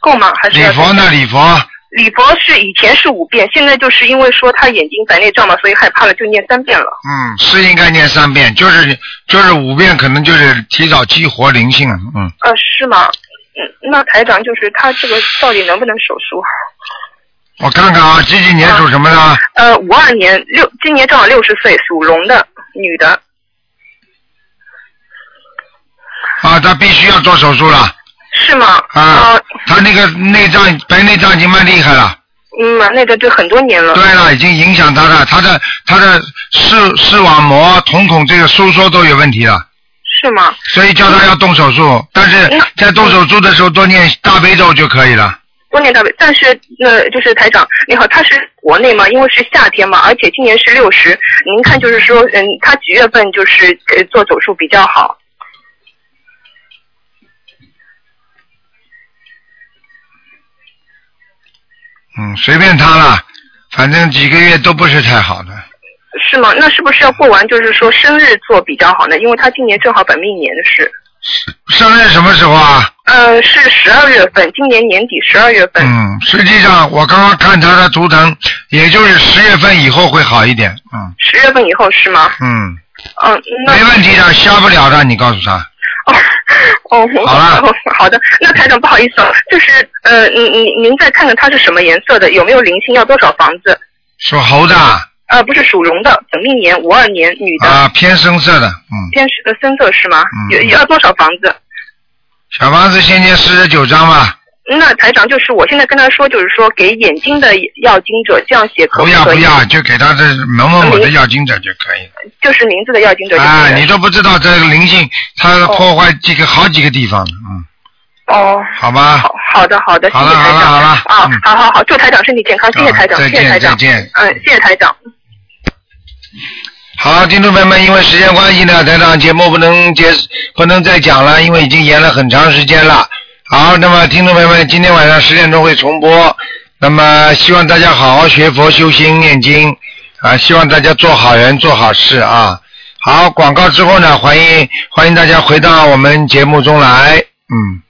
L: 够吗？还是
A: 礼
L: 要
A: 佛呢，礼佛，
L: 礼佛是以前是五遍，现在就是因为说他眼睛白内障嘛，所以害怕了，就念三遍了。
A: 嗯，是应该念三遍，就是就是五遍，可能就是提早激活灵性，嗯，
L: 呃，是吗？嗯，那台长就是他这个到底能不能手术？
A: 我看看啊，几几年属什么的？
L: 呃，五二年六，今年正好六十岁，属龙的女的。
A: 啊，他必须要做手术了，
L: 是吗？
A: 啊，他那个内脏白内障已经蛮厉害了。
L: 嗯嘛，那个就很多年了。
A: 对了，已经影响他了，他的他的视视网膜、瞳孔这个收缩都有问题了，
L: 是吗？
A: 所以叫他要动手术。但是在动手术的时候多念大悲咒就可以了。
L: 多年大悲，但是呃，就是台长，你好，他是国内嘛，因为是夏天嘛，而且今年是六十，您看就是说，嗯，他几月份就是呃做手术比较好？
A: 嗯，随便他了，反正几个月都不是太好的。
L: 是吗？那是不是要过完就是说生日做比较好呢？因为他今年正好本命年是，
A: 生日什么时候啊？
L: 呃，是十二月份，今年年底十二月份。
A: 嗯，实际上我刚刚看他的图腾，也就是十月份以后会好一点。嗯
L: 十月份以后是吗？
A: 嗯，
L: 嗯，那
A: 没问题的，瞎不了的，你告诉他。
L: 哦，好了，好的。那台长不好意思啊，就是呃，您您您再看看它是什么颜色的，有没有灵性，要多少房子？
A: 属猴的
L: 呃，不是属龙的，本命年五二年女的，
A: 啊，偏深色的，嗯，
L: 偏是呃深色是吗？
A: 嗯
L: 有要多少房子？
A: 小房子先念四十九章吧。
L: 那台长就是我现在跟他说，就是说给眼睛的要经者这样写
A: 不
L: 可可以？
A: 要不要，就给他的某某某的要经者就可以了。
L: 就是名字的要经者就可以了。
A: 啊，你都不知道这个灵性，它破坏这个好几个地方，嗯，
L: 哦，
A: 好吧，
L: 好的好的，谢
A: 好了
L: 谢台
A: 好
L: 长。
A: 了好了
L: 啊，好好好，祝台长身体健康，谢谢台长，
A: 再
L: 谢
A: 见
L: 谢台长，
A: 再见
L: 嗯，谢谢台长。
A: 好，听众朋友们，因为时间关系呢，台长节目不能结，不能再讲了，因为已经延了很长时间了。好，那么听众朋友们，今天晚上十点钟会重播，那么希望大家好好学佛修心念经啊，希望大家做好人做好事啊。好，广告之后呢，欢迎欢迎大家回到我们节目中来，嗯。